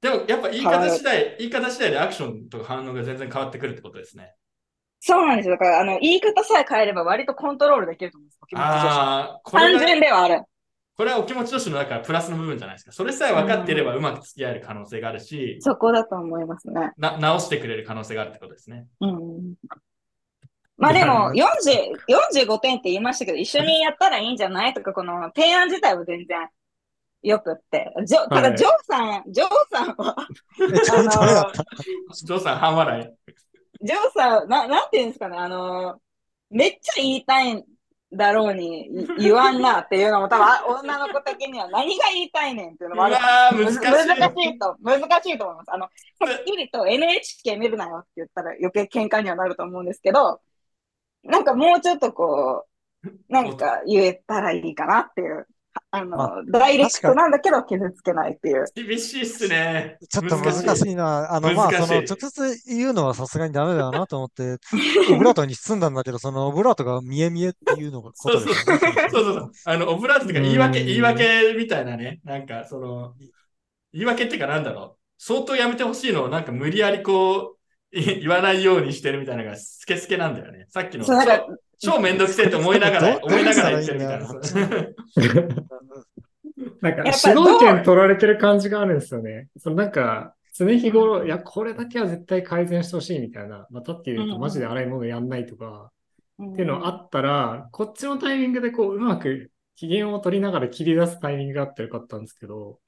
Speaker 1: でも、やっぱ言い方次第、言い方次第でアクションとか反応が全然変わってくるってことですね。
Speaker 2: そうなんですよ。だから、あの、言い方さえ変えれば割とコントロールできると思うんですよ。気持ち女子は
Speaker 1: ああ、これ
Speaker 2: 単
Speaker 1: が、
Speaker 2: 純ではある。
Speaker 1: これはお気持ちよしのだからプラスの部分じゃないですか。それさえ分かっていればうまく付き合える可能性があるし、
Speaker 2: そこだと思いますね。
Speaker 1: な直してくれる可能性があるってことですね。
Speaker 2: うん。まあでも、40 45点って言いましたけど、一緒にやったらいいんじゃないとか、この提案自体は全然よくって。ジョた
Speaker 4: は
Speaker 2: だ、
Speaker 4: い
Speaker 2: ジョーさん、ジョーさん は、
Speaker 3: え、ちょっとダメだった。
Speaker 1: ジョーさん、半笑い。
Speaker 2: ジョーさん、な、なんて言うんですかね、あの、めっちゃ言いたいんだろうにい言わんなっていうのも多分、あ女の子的には何が言いたいねんっていうのもある
Speaker 1: うわー
Speaker 2: む
Speaker 1: 難し
Speaker 2: ず
Speaker 1: い
Speaker 2: 難しいと、難しいと思います。あの、はっきりと NHK 見るなよって言ったら余計喧嘩にはなると思うんですけど、なんかもうちょっとこう、なんか言えたらいいかなっていう、あ
Speaker 3: ま
Speaker 2: の、ダイレクトなんだけど傷つけないっていう。
Speaker 1: 厳しいっすね。
Speaker 3: ちょっと難しいな。あの、まあ、
Speaker 1: 難しい
Speaker 3: その、直接言うのはさすがにダメだなと思って、オブラートに包んだんだけど、その、オブラートが見え見えっていうのが、こ
Speaker 1: そう
Speaker 3: と
Speaker 1: そう
Speaker 3: で
Speaker 1: そ
Speaker 3: す
Speaker 1: う
Speaker 3: よね。
Speaker 1: そうそう。あの、オブラートとか言い訳、
Speaker 4: うん
Speaker 1: 言い訳みたいなね。なんか、その、言い訳っていうかなんだろう。相当やめてほしいのをなんか無理やりこう、い言わないようにしてるみたいなのがスケスケなんだよね。さっきの
Speaker 2: そうなんか
Speaker 1: 超めんどくせえと思いながら、
Speaker 3: どう
Speaker 1: 思いながら言ってるみたい
Speaker 3: どう
Speaker 1: な。
Speaker 4: なん
Speaker 2: や
Speaker 4: か、
Speaker 2: っ
Speaker 4: 主
Speaker 2: ぱどう
Speaker 4: 導権取られてる感じがあるんですよね。そのなんか、常日頃、いや、これだけは絶対改善してほしいみたいな、またっていう
Speaker 2: うんう
Speaker 4: と、
Speaker 2: ん
Speaker 4: マジで洗い物やんないとか、
Speaker 2: っ
Speaker 4: っていうのあったら、こっちのタイミングでこう、うまく機嫌を取りながら切り出すタイミングがあったらよかったんですけど、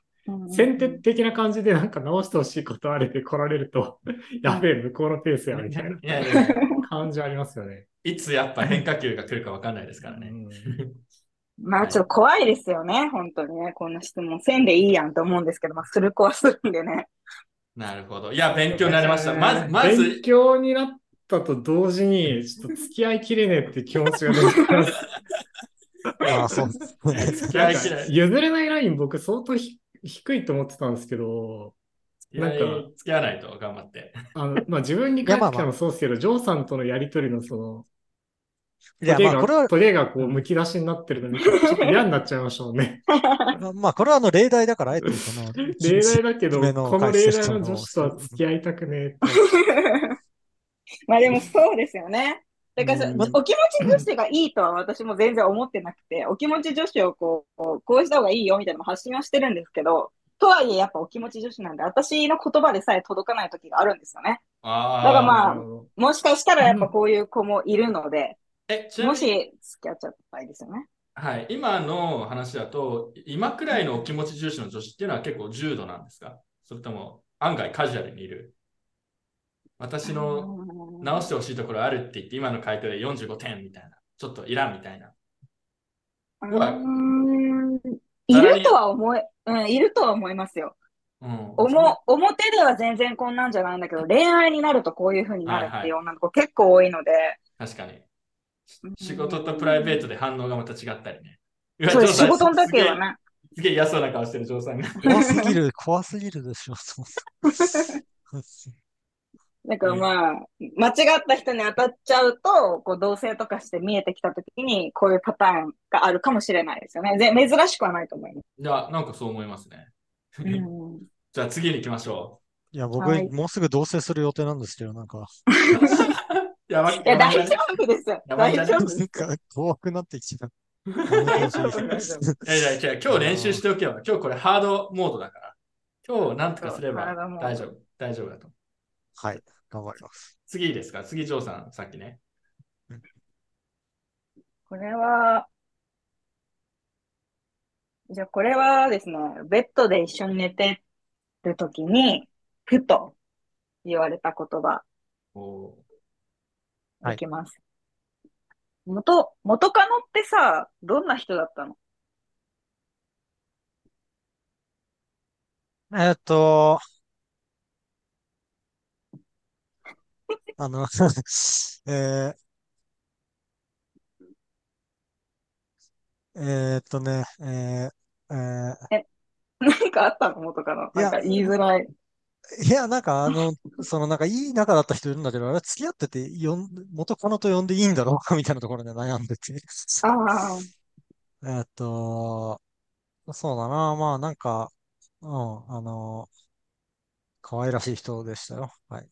Speaker 4: 先手的な感じでなんか直してほしいことあれで来られると、やべえ、向こうのペースや、みたいない
Speaker 1: やいやいや
Speaker 4: 感じありますよね。
Speaker 1: いつやっぱ変化球が来るかわかんないですからね。
Speaker 2: まあちょっと怖いですよね、本当にね、こんな質問せんでいいやんと思うんですけど、まあする子はするんでね。
Speaker 1: なるほど。いや、勉強になりました。まず、ま
Speaker 4: 勉
Speaker 1: ず、
Speaker 4: 強になったと同時に、ちょっと付き合いきれねえって気持 ちが出てきます。
Speaker 3: まあ、そう ですね。
Speaker 1: 付き 合いきれい。
Speaker 4: 譲れないライン僕相当ひ低いと思ってたんですけど、
Speaker 1: いや
Speaker 4: なんか
Speaker 1: 付き合わないと頑張って。
Speaker 4: あの、まあ、自分に返ってきたのもそうですけど、ジョーさんとのやりとりのその、
Speaker 3: いや、
Speaker 4: トゲ
Speaker 3: まあ、
Speaker 4: が、
Speaker 3: これは、
Speaker 4: トゲがこう、むき出しになってるのに、ちょっと嫌になっちゃいましたもんね。
Speaker 3: まあ、これはあの、例題だから、あえて、その、
Speaker 4: 例題だけど、
Speaker 3: 上の
Speaker 4: この
Speaker 3: 解
Speaker 4: 例
Speaker 3: 説
Speaker 4: 題
Speaker 3: 者の
Speaker 4: の女子とは付き合いたくねえって。
Speaker 2: まあでもそうですよね。だから
Speaker 4: う
Speaker 2: そ
Speaker 4: ん
Speaker 2: お気持ち女子がいいとは私も全然思ってなくて、お気持ち女子をこう、こうこうした方がいいよみたいなのも発信はしてるんですけど、とはいえやっぱお気持ち女子なんで、私の言葉でさえ届かない時があるんですよね。
Speaker 1: ああ。
Speaker 2: だからまあ
Speaker 4: なるほど
Speaker 2: もしかしたらやっぱこういう子もいるので、
Speaker 1: え、ちなみ
Speaker 2: も
Speaker 1: に
Speaker 2: し付き合っちゃった場合ですよね。
Speaker 1: はい、今の話だと、今くらいのお気持ち重視の女子っていうのは結構重度なんですかそれとも案外カジュアルにいる私の
Speaker 2: うん
Speaker 1: 直してほしいところあるって言って、今の回答で45点みたいな。ちょっといらんみたいな。
Speaker 2: う
Speaker 1: は
Speaker 2: ーんいるとは思え、うん、いるとは思いますよ。
Speaker 1: うん。
Speaker 2: おも、表では全然こんなんじゃないんだけど、恋愛になるとこういう風になるっていう女の子結構多いので。
Speaker 1: 確かに。
Speaker 2: うん
Speaker 1: 仕事とプライベートで反応がまた違ったりね。うわ
Speaker 2: そうです
Speaker 1: ジョ
Speaker 2: 仕
Speaker 1: ーさ
Speaker 2: 事
Speaker 1: ん
Speaker 2: の時
Speaker 1: すげ
Speaker 2: は
Speaker 1: え
Speaker 2: ね。
Speaker 1: すげえ嫌そうな顔してる、ジョーさんが。
Speaker 3: 怖すぎる、怖すぎるでしょ、そもそも
Speaker 2: だからまあ、間違った人に当たっちゃうと、こう同性とかして見えてきた時に、こういうパターンがあるかもしれないですよね。ぜ珍しくはないと思います。
Speaker 1: いや、なんかそう思いますね。
Speaker 2: うん
Speaker 1: じゃあ次に行きまし ょ
Speaker 3: いや、僕、
Speaker 2: はい
Speaker 3: もうすぐ同棲する予定なんですけど、なん か、
Speaker 1: う。 やば
Speaker 2: いや、大
Speaker 1: やば
Speaker 2: 丈夫ですよ。
Speaker 1: やばい
Speaker 2: 大
Speaker 1: な
Speaker 2: 丈夫です
Speaker 3: なんか、怖くなってきちゃう。
Speaker 2: 大丈夫大丈夫
Speaker 1: いやいや違う今日練習しておけば、今日これハードモードだから。今日なんとかすれば
Speaker 2: そうハードモード
Speaker 1: 大丈夫、大丈夫だと。
Speaker 3: はい、頑張ります。
Speaker 1: 次いいですか次、ジョーさん、さっきね。
Speaker 2: これは、じゃあこれはですね、ベッドで一緒に寝てるときに、ふと言われた言葉
Speaker 1: お
Speaker 2: いきます。元、元カノってさ、どんな人だったの
Speaker 3: えーっと、あの、 えー、えーっとね、えー、え
Speaker 2: 何かあったの元カノ。
Speaker 3: いや
Speaker 2: なんか言いづらい。
Speaker 3: ー、いや、なんかあの、そのなんかいい仲だった人いるんだけど、あれ付き合っててよん、元カノと呼んでいいんだろうかみたいなところで悩んでて。
Speaker 2: ああ、
Speaker 3: えーっと、そうだな、まあなんか、うん、あの、可愛らしい人でしたよ。はい。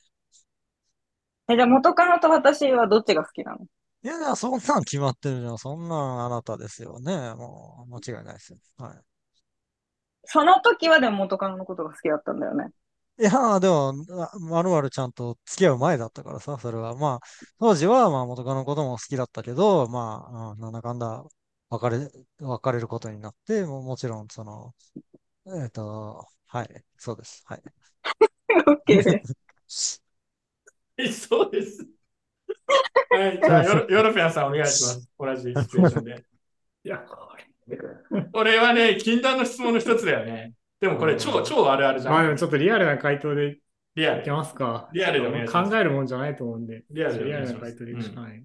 Speaker 2: え、じゃあ元カノと私はどっちが好きなの
Speaker 3: いやいや、そんなん決まってるじゃん。そんなんあなたですよね。もう、間違いないですよ。は
Speaker 2: その時はでも元カノのことが好きだったんだよね。
Speaker 3: い。いや、でも、あまるまるちゃんと付き合う前だったからさ、それは。まあ、当時は、まあ、元カノのことも好きだったけど、まあ、うんなんだかんだ、別れ、別れることになって、もうもちろん、その、えっと、はい、そうです。はい。
Speaker 2: OK です。
Speaker 1: ーえそうです。はい、じゃあヨロ、ヨロピアンさん、お願いします。同じシチュエーション で。
Speaker 4: いや、これ。
Speaker 1: これはね、禁断の質問の一つだよね。でもこれ、超、超あるあるじ
Speaker 4: まあ
Speaker 1: ゃ
Speaker 4: で
Speaker 1: ん
Speaker 4: も。ちょっとリアルな回答で
Speaker 1: リア
Speaker 4: いき
Speaker 1: ル。
Speaker 4: ますか。
Speaker 1: リアルでお願いします
Speaker 4: 考えるもんじゃないと思うんで。
Speaker 1: リアルでお
Speaker 4: リア
Speaker 1: 願い
Speaker 4: ル
Speaker 1: し
Speaker 4: な
Speaker 1: ます
Speaker 4: 回答でいくしかない。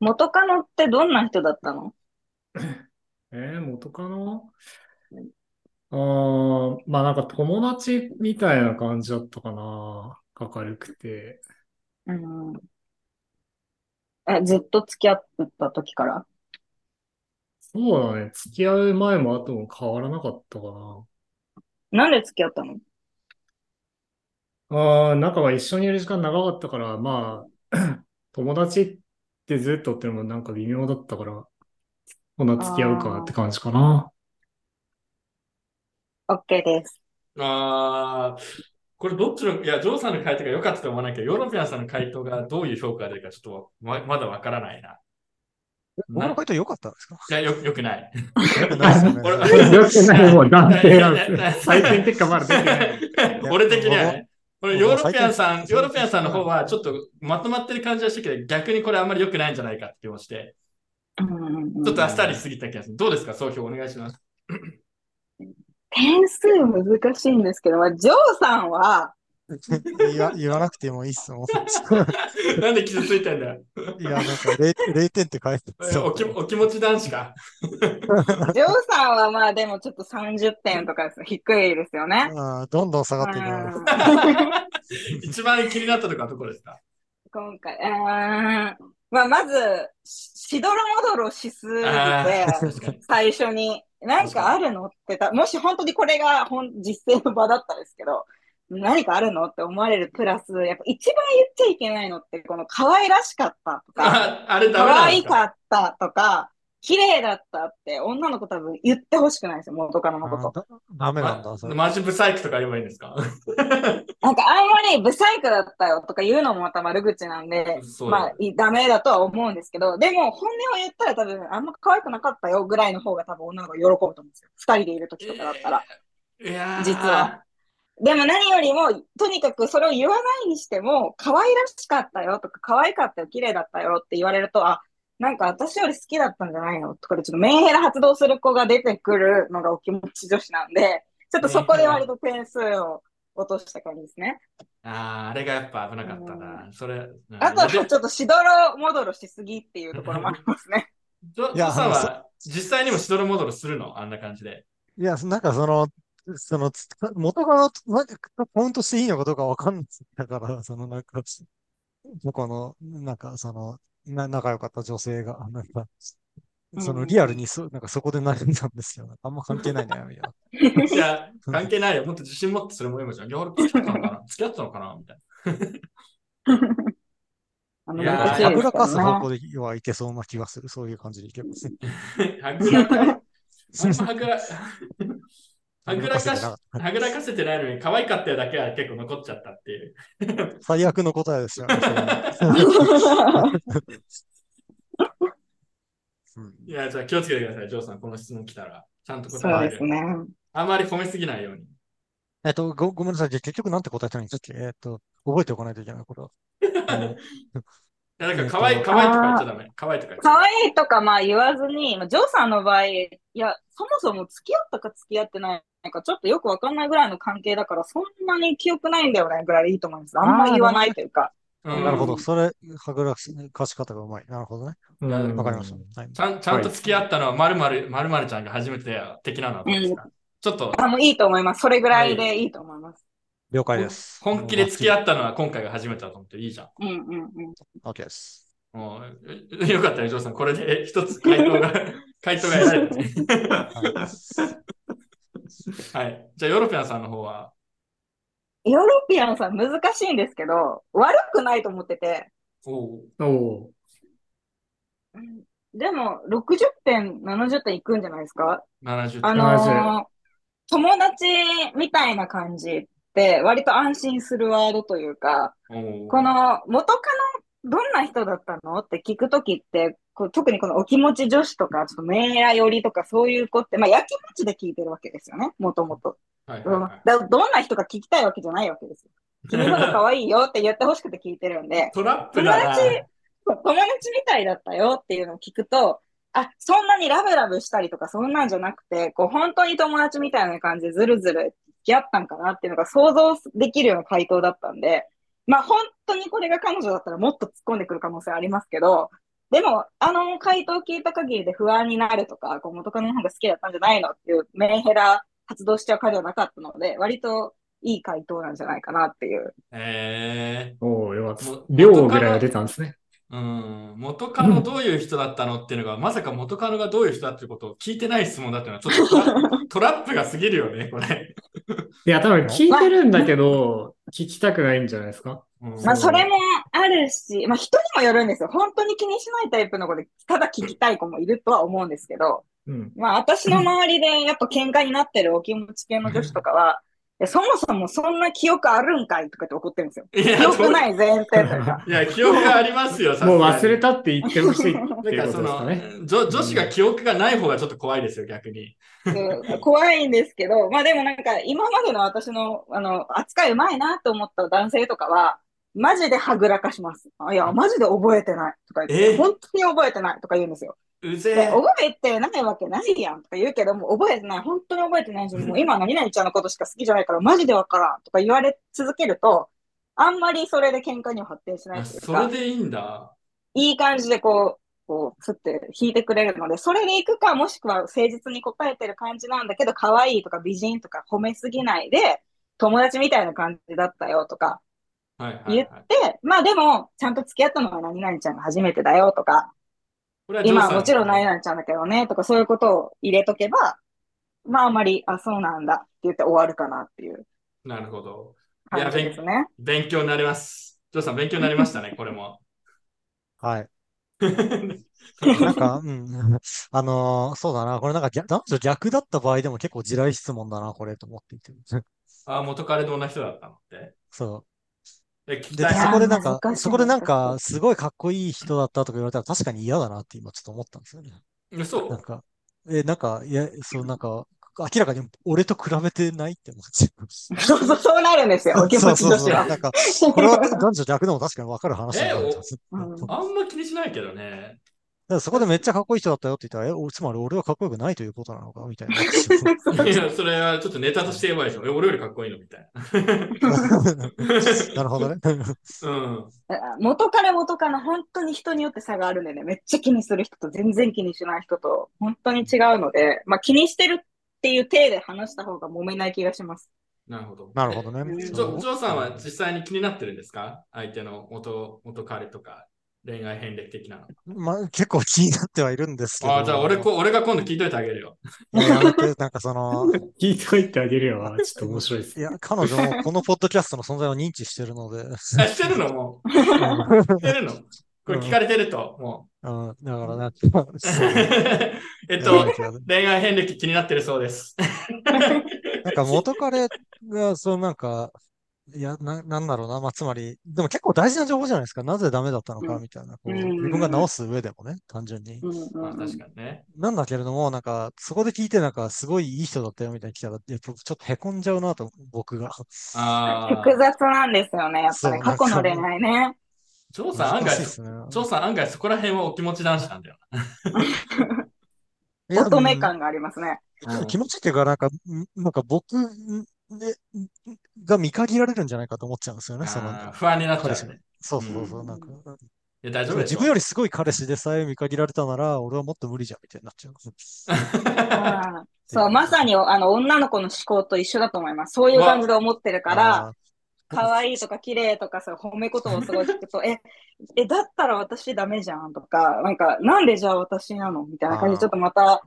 Speaker 2: 元カノってどんな人だったの
Speaker 4: えー、元カノあー、まあなんか友達みたいな感じだったかな。明るくて。
Speaker 2: うん。え、ずっと付き合ってた時から。
Speaker 4: そうだね。付き合う前も後も変わらなかったかな。
Speaker 2: なんで付き合ったの
Speaker 4: ああ、なんかまあ一緒にいる時間長かったから、まあ、 友達ってずっとってのもなんか微妙だったから、こんな付き合うかって感じか な。
Speaker 2: ?OK です。
Speaker 1: あーこれどっちの、いや、ジョーさんの回答が良かったと思わないけど、ヨーロピアンさんの回答がどういう評価でかちょっとままだわからないな。
Speaker 3: 僕の回答良かったんですか
Speaker 1: いや、よ、よくない。
Speaker 3: 良くないですよね。
Speaker 1: 俺
Speaker 4: よくないもん、男性なんです
Speaker 1: いやいやいや
Speaker 4: 採点結果まだ出てない。
Speaker 1: 俺的にはね。これヨーロピアンさん、
Speaker 3: 最近
Speaker 1: ヨーロピアンさんの方はちょっとまとまってる感じはしたけど、逆にこれあんまり良くないんじゃないかって気もして、
Speaker 2: うん
Speaker 1: ちょっとあっさりしすぎた気がする。どうですか、総評お願いし ます。
Speaker 2: 点数難しいんですけど、まあ、ジョーさん は、
Speaker 3: 言わ、言わなくてもいいっすもん。
Speaker 1: なんで傷ついてんだよ。
Speaker 3: いや、なんか0、0点って書いて
Speaker 1: えおきお気持ち男子か。
Speaker 2: ジョーさんはまあでもちょっと30点とかです低いですよね。
Speaker 3: あーどんどん下
Speaker 2: う
Speaker 3: がっていくな。
Speaker 2: ん
Speaker 1: 一番気になったとこはどこですか
Speaker 2: 今回、あーまあまず、ししどろもどろしすぎ
Speaker 1: あー
Speaker 2: て、
Speaker 1: 確か に
Speaker 2: 最初に、何かあるのってた、もし本当にこれが本実践の場だったんですけど、何かあるのって思われるプラス、やっぱ一番言っちゃいけないのって、この可愛らしかったとか、
Speaker 1: ああれダメ
Speaker 2: 可
Speaker 1: なんで
Speaker 2: 愛
Speaker 1: すか
Speaker 2: かったとか、綺麗だったって、女の子多分言ってほしくないんですよ、元カノのこ
Speaker 3: あー
Speaker 2: と。
Speaker 3: だダメなんだ、それ。
Speaker 1: マジブサイクとか言えばいいんですか
Speaker 2: なんかあんまり不細工だったよとか言うのもまた悪口なんで、
Speaker 1: そうだ
Speaker 2: まあ、いダメだとは思うんですけど、でも、本音を言ったら多分、あんま可愛くなかったよぐらいの方が多分女の子喜ぶと思うんですよ。二人でいる時とかだったら。
Speaker 1: いやー
Speaker 2: 実は。でも何よりも、とにかくそれを言わないにしても、可愛らしかったよとか、可愛かったよ、綺麗だったよって言われると、あ、なんか私より好きだったんじゃないのとかで、ちょっとメンヘラ発動する子が出てくるのがお気持ち女子なんで、ちょっとそこで割と点数を落とした感じですね。
Speaker 1: ああ、あれがやっぱ危なかったな。それ、うん
Speaker 2: あとはち
Speaker 1: で
Speaker 2: ょっとしどろもどろしすぎっていうところもありますね。
Speaker 1: ジョ
Speaker 3: いや
Speaker 1: ジョさん
Speaker 3: あ
Speaker 1: は実際にもしどろもどろするのあんな感じで。
Speaker 3: いや、なんかその、その、つ 元からなんかカウントしていいのかどうかわかんない。だから、 そのなんか、向こうの、なんかその、な、仲良かった女性が、なんか、そのリアルにそ、なんかそこで悩んだんですよ。あんま関係ないね、みたいな。
Speaker 1: いや、 関係ないよ。もっと自信持ってそれも言いました。ギョール付き合ってたのかな付き合ってたのかなみたい
Speaker 2: あ
Speaker 1: い
Speaker 2: の
Speaker 1: やー
Speaker 2: 難しい
Speaker 3: は
Speaker 2: で
Speaker 3: ぐ
Speaker 2: す
Speaker 3: ら
Speaker 2: から
Speaker 3: かす方
Speaker 2: ね。
Speaker 3: 向ではいけそうな気がする。そういう感じでいけます。
Speaker 1: な。はぐらか、あんまはぐら、 はぐらか し
Speaker 3: せてなった
Speaker 1: はぐらかせてないのに可愛かったよだけは結構残っちゃったっていう。
Speaker 3: 最悪の答えで すよね。それはうん
Speaker 1: いや、じゃあ気をつけてください。ジョーさん、この質問来たら。ちゃん と
Speaker 2: そう
Speaker 1: 答え
Speaker 2: で
Speaker 1: る
Speaker 2: す。ね。
Speaker 1: あまり褒めすぎないように。
Speaker 3: えっと、ご、ごめんなさい。じゃあ結局なんて答えたらいいんですかえっと、覚えておかないといけない、これは。
Speaker 1: いや、だから可愛い、可愛いとか言っちゃダメ。可愛いとか言っちゃ
Speaker 2: 可
Speaker 1: ダメ。
Speaker 2: 愛いとかまあ言わずに、まあジョーさんの場合、いや、そもそも付き合ったか付き合ってないか、ちょっとよくわかんないぐらいの関係だから、そんなに記憶ないんだよねぐらいでいいと思います。あんま言わないというか。
Speaker 1: う
Speaker 2: 愛
Speaker 1: ん
Speaker 3: なるほど。それ、はぐらかし方がうまい。なるほどね。
Speaker 1: うん
Speaker 3: わかりました。はい。
Speaker 1: ちゃんちゃんと付き合ったのはまるまるまるまるちゃんが初めて的なのはどうですか、ちょっと
Speaker 2: あ、もういいと思います。それぐらいでいいと思います。
Speaker 3: 了解です。
Speaker 1: 本気で付き
Speaker 3: 合
Speaker 1: 合ったのは今回が初めてだと思っていいじゃん。
Speaker 2: うんうんうん。
Speaker 3: う。OK です。
Speaker 1: もうえよ かったよ、ジョーさん。これでえ一つ回答 が、回答が得られたね。はい。じゃあ、ヨーロピアンさんの方は、
Speaker 2: ヨーロピアンさん難しいんですけど、悪くないと思ってて、
Speaker 1: おう
Speaker 4: おお
Speaker 2: でも60点、70点いくんじゃないですか
Speaker 1: 70
Speaker 2: あ
Speaker 1: 点。
Speaker 2: のー友達みたいな感じって割と安心するワードというか、
Speaker 1: おう
Speaker 2: この元カノどんな人だったのって聞くときって、こう特にこのお気持ち女子とか、ちょっとメア寄りとかそういう子って、まあ、やきもちで聞いてるわけですよね、もともと。
Speaker 1: はいはい
Speaker 2: うん
Speaker 1: はい
Speaker 2: だどんな人か聞きたいわけじゃないわけですよ。君のこと可愛いよって言ってほしくて聞いてるんで、
Speaker 1: トラップだな。
Speaker 2: 友友達みたいだったよっていうのを聞くと、あ、そんなにラブラブしたりとかそんなんじゃなくて、こう本当に友達みたいな感じでずるずる付き合ったんかなっていうのが想像できるような回答だったんで、まあ本当にこれが彼女だったらもっと突っ込んでくる可能性ありますけど、でも、あの回答を聞いた限りで不安になるとか、こう元カノの方が好きだったんじゃないのっていうメンヘラ発動しちゃう彼はなかったので、割といい回答なんじゃないかなっていう。
Speaker 1: え
Speaker 4: おおよかった
Speaker 1: もう。
Speaker 4: 量ぐらいは出たんですね。
Speaker 1: ー、うん。元カノどういう人だったのっていうのが、まさか元カノがどういう人だっていうことを聞いてない質問だっていうのは、ちょっとトラトラ ップが過ぎるよね、これ。
Speaker 4: いや、多分聞いてるんだけど、聞きたくないんじゃないですか
Speaker 1: うん
Speaker 2: まあ、それもあるし、まあ、人にもよるんですよ。本当に気にしないタイプの子で、ただ聞きたい子もいるとは思うんですけど、
Speaker 4: うん。
Speaker 2: まあ、私の周りでやっぱ喧嘩になってるお気持ち系の女子とか は、いやそもそもそんな記憶あるんかいとかって怒ってるんですよ。
Speaker 1: いや
Speaker 2: 記憶ない前提というか。
Speaker 1: いや、記憶がありますよ、
Speaker 4: もう忘れ
Speaker 1: た
Speaker 4: たって言ってほしいって
Speaker 1: だか
Speaker 4: い
Speaker 1: ら
Speaker 4: うこ
Speaker 1: そ
Speaker 4: とですか
Speaker 1: の、
Speaker 4: ね。
Speaker 1: 女女子が記憶がない方がちょっと怖いですよ、逆に。
Speaker 2: うん怖いんですけど、まあでもなんか今までの私の、あの、扱いうまいなと思った男性とかは、マジではぐらかします。あいや、マジで覚えてないとか言って、
Speaker 1: え
Speaker 2: 本当に覚えてないとか言うんですよ。
Speaker 1: うぜ
Speaker 2: で
Speaker 1: え。
Speaker 2: 覚えてないわけないやんとか言うけど、もう覚えてない、本当に覚えてない し、もう今何々ちゃんのことしか好きじゃないから、マジでわからんとか言われ続けると、あんまりそれで喧嘩には発展しない
Speaker 1: あ
Speaker 2: という
Speaker 1: そ
Speaker 2: か
Speaker 1: れ、でいいんだ。
Speaker 2: いい感じでこう、こう、ふって引いてくれるので、それで行くか、もしくは誠実に答えてる感じなんだけど、可愛いとか美人とか褒めすぎないで、友達みたいな感じだったよとか、
Speaker 1: はいはい、は
Speaker 2: 言っ
Speaker 1: い。
Speaker 2: で、まあでも、ちゃんと付き合ったのは何々ちゃんが初めてだよとか、
Speaker 1: これはジョー
Speaker 2: 今
Speaker 1: さ
Speaker 2: はもちろん何
Speaker 1: い。
Speaker 2: 々ちゃんだけどね、とかそういうことを入れとけば、まああまり、あ、そうなんだって言って終わるかなっていう
Speaker 1: なるほど。いや
Speaker 2: 感じですね。
Speaker 1: 勉強になります。ジョーさん、勉強になりました ね、これも。
Speaker 3: はい。
Speaker 1: な
Speaker 3: なんか、うん。 あのーそうだな。これなんか逆男女逆だった場合でも結構地雷質問だな、これと思っていて。
Speaker 1: あ、元彼どんな人だったのって。
Speaker 3: そ
Speaker 1: え、聞
Speaker 3: う。
Speaker 1: き
Speaker 3: で、
Speaker 1: たい
Speaker 3: そ
Speaker 1: な。
Speaker 3: こでなん
Speaker 2: いやー
Speaker 3: か、
Speaker 2: 難しい
Speaker 3: そこでなんか、すごいかっこいい人だったとか言われたら確かに嫌だなって今ちょっと思ったんですよね。
Speaker 1: 嘘
Speaker 3: なんか、え、なんか、いや、そう、なんか、明らかに俺と比べてないって思っちゃいます。
Speaker 2: そうそう、そうなるんですよ、お気持ち
Speaker 3: そ
Speaker 2: 女子
Speaker 3: うそうそう。
Speaker 2: は。
Speaker 3: なんか、これは男女逆でも確かに分かる話だなと思ってます
Speaker 2: えお
Speaker 3: うんだか
Speaker 1: あんま気にしないけど ね。
Speaker 3: らそこでめっちゃかっこいい人だったよって言ったら、え、おつまり俺はかっこよくないということなのかみ たいな。
Speaker 1: いや、それはちょっとネタとしてやばいでしょ。え俺よりかっこいいのみたい な。
Speaker 3: なるほどね。
Speaker 1: うん。
Speaker 2: 元彼元彼の本当に人によって差があるんでね、めっちゃ気にする人と全然気にしない人と本当に違うので、まあ気にしてるっていう体で話した方が揉めない気がし ます。
Speaker 1: なるほど。
Speaker 3: なるほどね
Speaker 1: えジョジョーさんは実際に気になってるんですか相手の元元彼とか恋愛遍歴的なの。
Speaker 3: まあ、結構気になってはいるんですけど。
Speaker 1: ああ、じゃあ俺こ俺が今度聞いといてあげる よ。
Speaker 3: いややめてなんかその、
Speaker 4: 聞いといてあげるよは、ちょっと面白いです
Speaker 3: い。や、彼女もこのポッドキャストの存在を認知してる ので、
Speaker 1: あ、してるのもう。してるのこれ聞かれてると、も
Speaker 3: うん、だからなんか、
Speaker 1: う
Speaker 3: そう。
Speaker 1: えっと、恋愛遍歴気になってるそうです。
Speaker 3: なんか元彼が、そのなんか、いや、な、なんだろうな。まあ、つまり、でも結構大事な情報じゃないですか。なぜダメだったのか、
Speaker 2: うん
Speaker 3: みたいな。こう、
Speaker 2: うん
Speaker 3: 自分が直す上でもね、単純に。
Speaker 2: うんうん
Speaker 1: まあ
Speaker 2: うん
Speaker 1: 確かにね。
Speaker 3: なんだけれども、なんか、そこで聞いて、なんか、すごいいい人だったよ、みたいに来たら、やっぱちょっと凹んじゃうなと、僕が。
Speaker 1: ああ。
Speaker 2: 複雑なんですよね、やっぱ
Speaker 3: そう
Speaker 2: り過去の恋愛ね。
Speaker 1: ジョーさん案
Speaker 3: 難しいっ
Speaker 1: 外、
Speaker 3: すね。
Speaker 1: ジョーさん案外そこら辺はお気持ち男子なんだよ
Speaker 3: いや
Speaker 2: 乙女感がありますね。
Speaker 1: な。
Speaker 3: 気持ちっていうか、なんか、んなんか僕んでんが見限られるんじゃないかと思っちゃうんですよね。そのなん
Speaker 1: あー
Speaker 3: か
Speaker 1: 不安になっちゃうね。
Speaker 3: そうそうそう、
Speaker 2: うん
Speaker 3: なんか、
Speaker 1: いや、大丈夫でし
Speaker 3: 自
Speaker 1: ょ
Speaker 3: 分よりすごい彼氏でさえ見限られたなら、俺はもっと無理じゃんみたいになっちゃう。
Speaker 2: うん そう、まさにあの女の子の思考と一緒だと思います。そういう感じで思ってるから、可愛いとか綺麗とかそう褒め言葉をすごい聞くと、 え、え、だったら私ダメじゃんとか、なんか、なんでじゃあ私なのみたいな感じ
Speaker 3: あー
Speaker 2: で、ちょっとまた、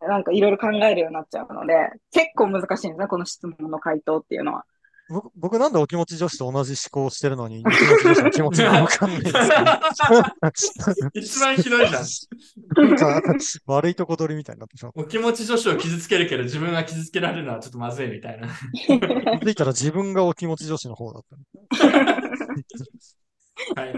Speaker 2: なんかいろいろ考えるようになっちゃうので、結構難しいんですね、この質問の回答っていうのは。
Speaker 3: 僕、僕なんでお気持ち女子と同じ思考をしてるのに、お気持ち女子の気持ちがわかんないんですけ ど
Speaker 1: 一番ひどいじゃん。
Speaker 3: なんか悪いとこ取りみたいになってしまう。
Speaker 1: お気持ち女子を傷つけるけど、自分が傷つけられるのはちょっとまずいみたいな。
Speaker 3: 気づいたら自分がお気持ち女子の方だった。
Speaker 1: はい。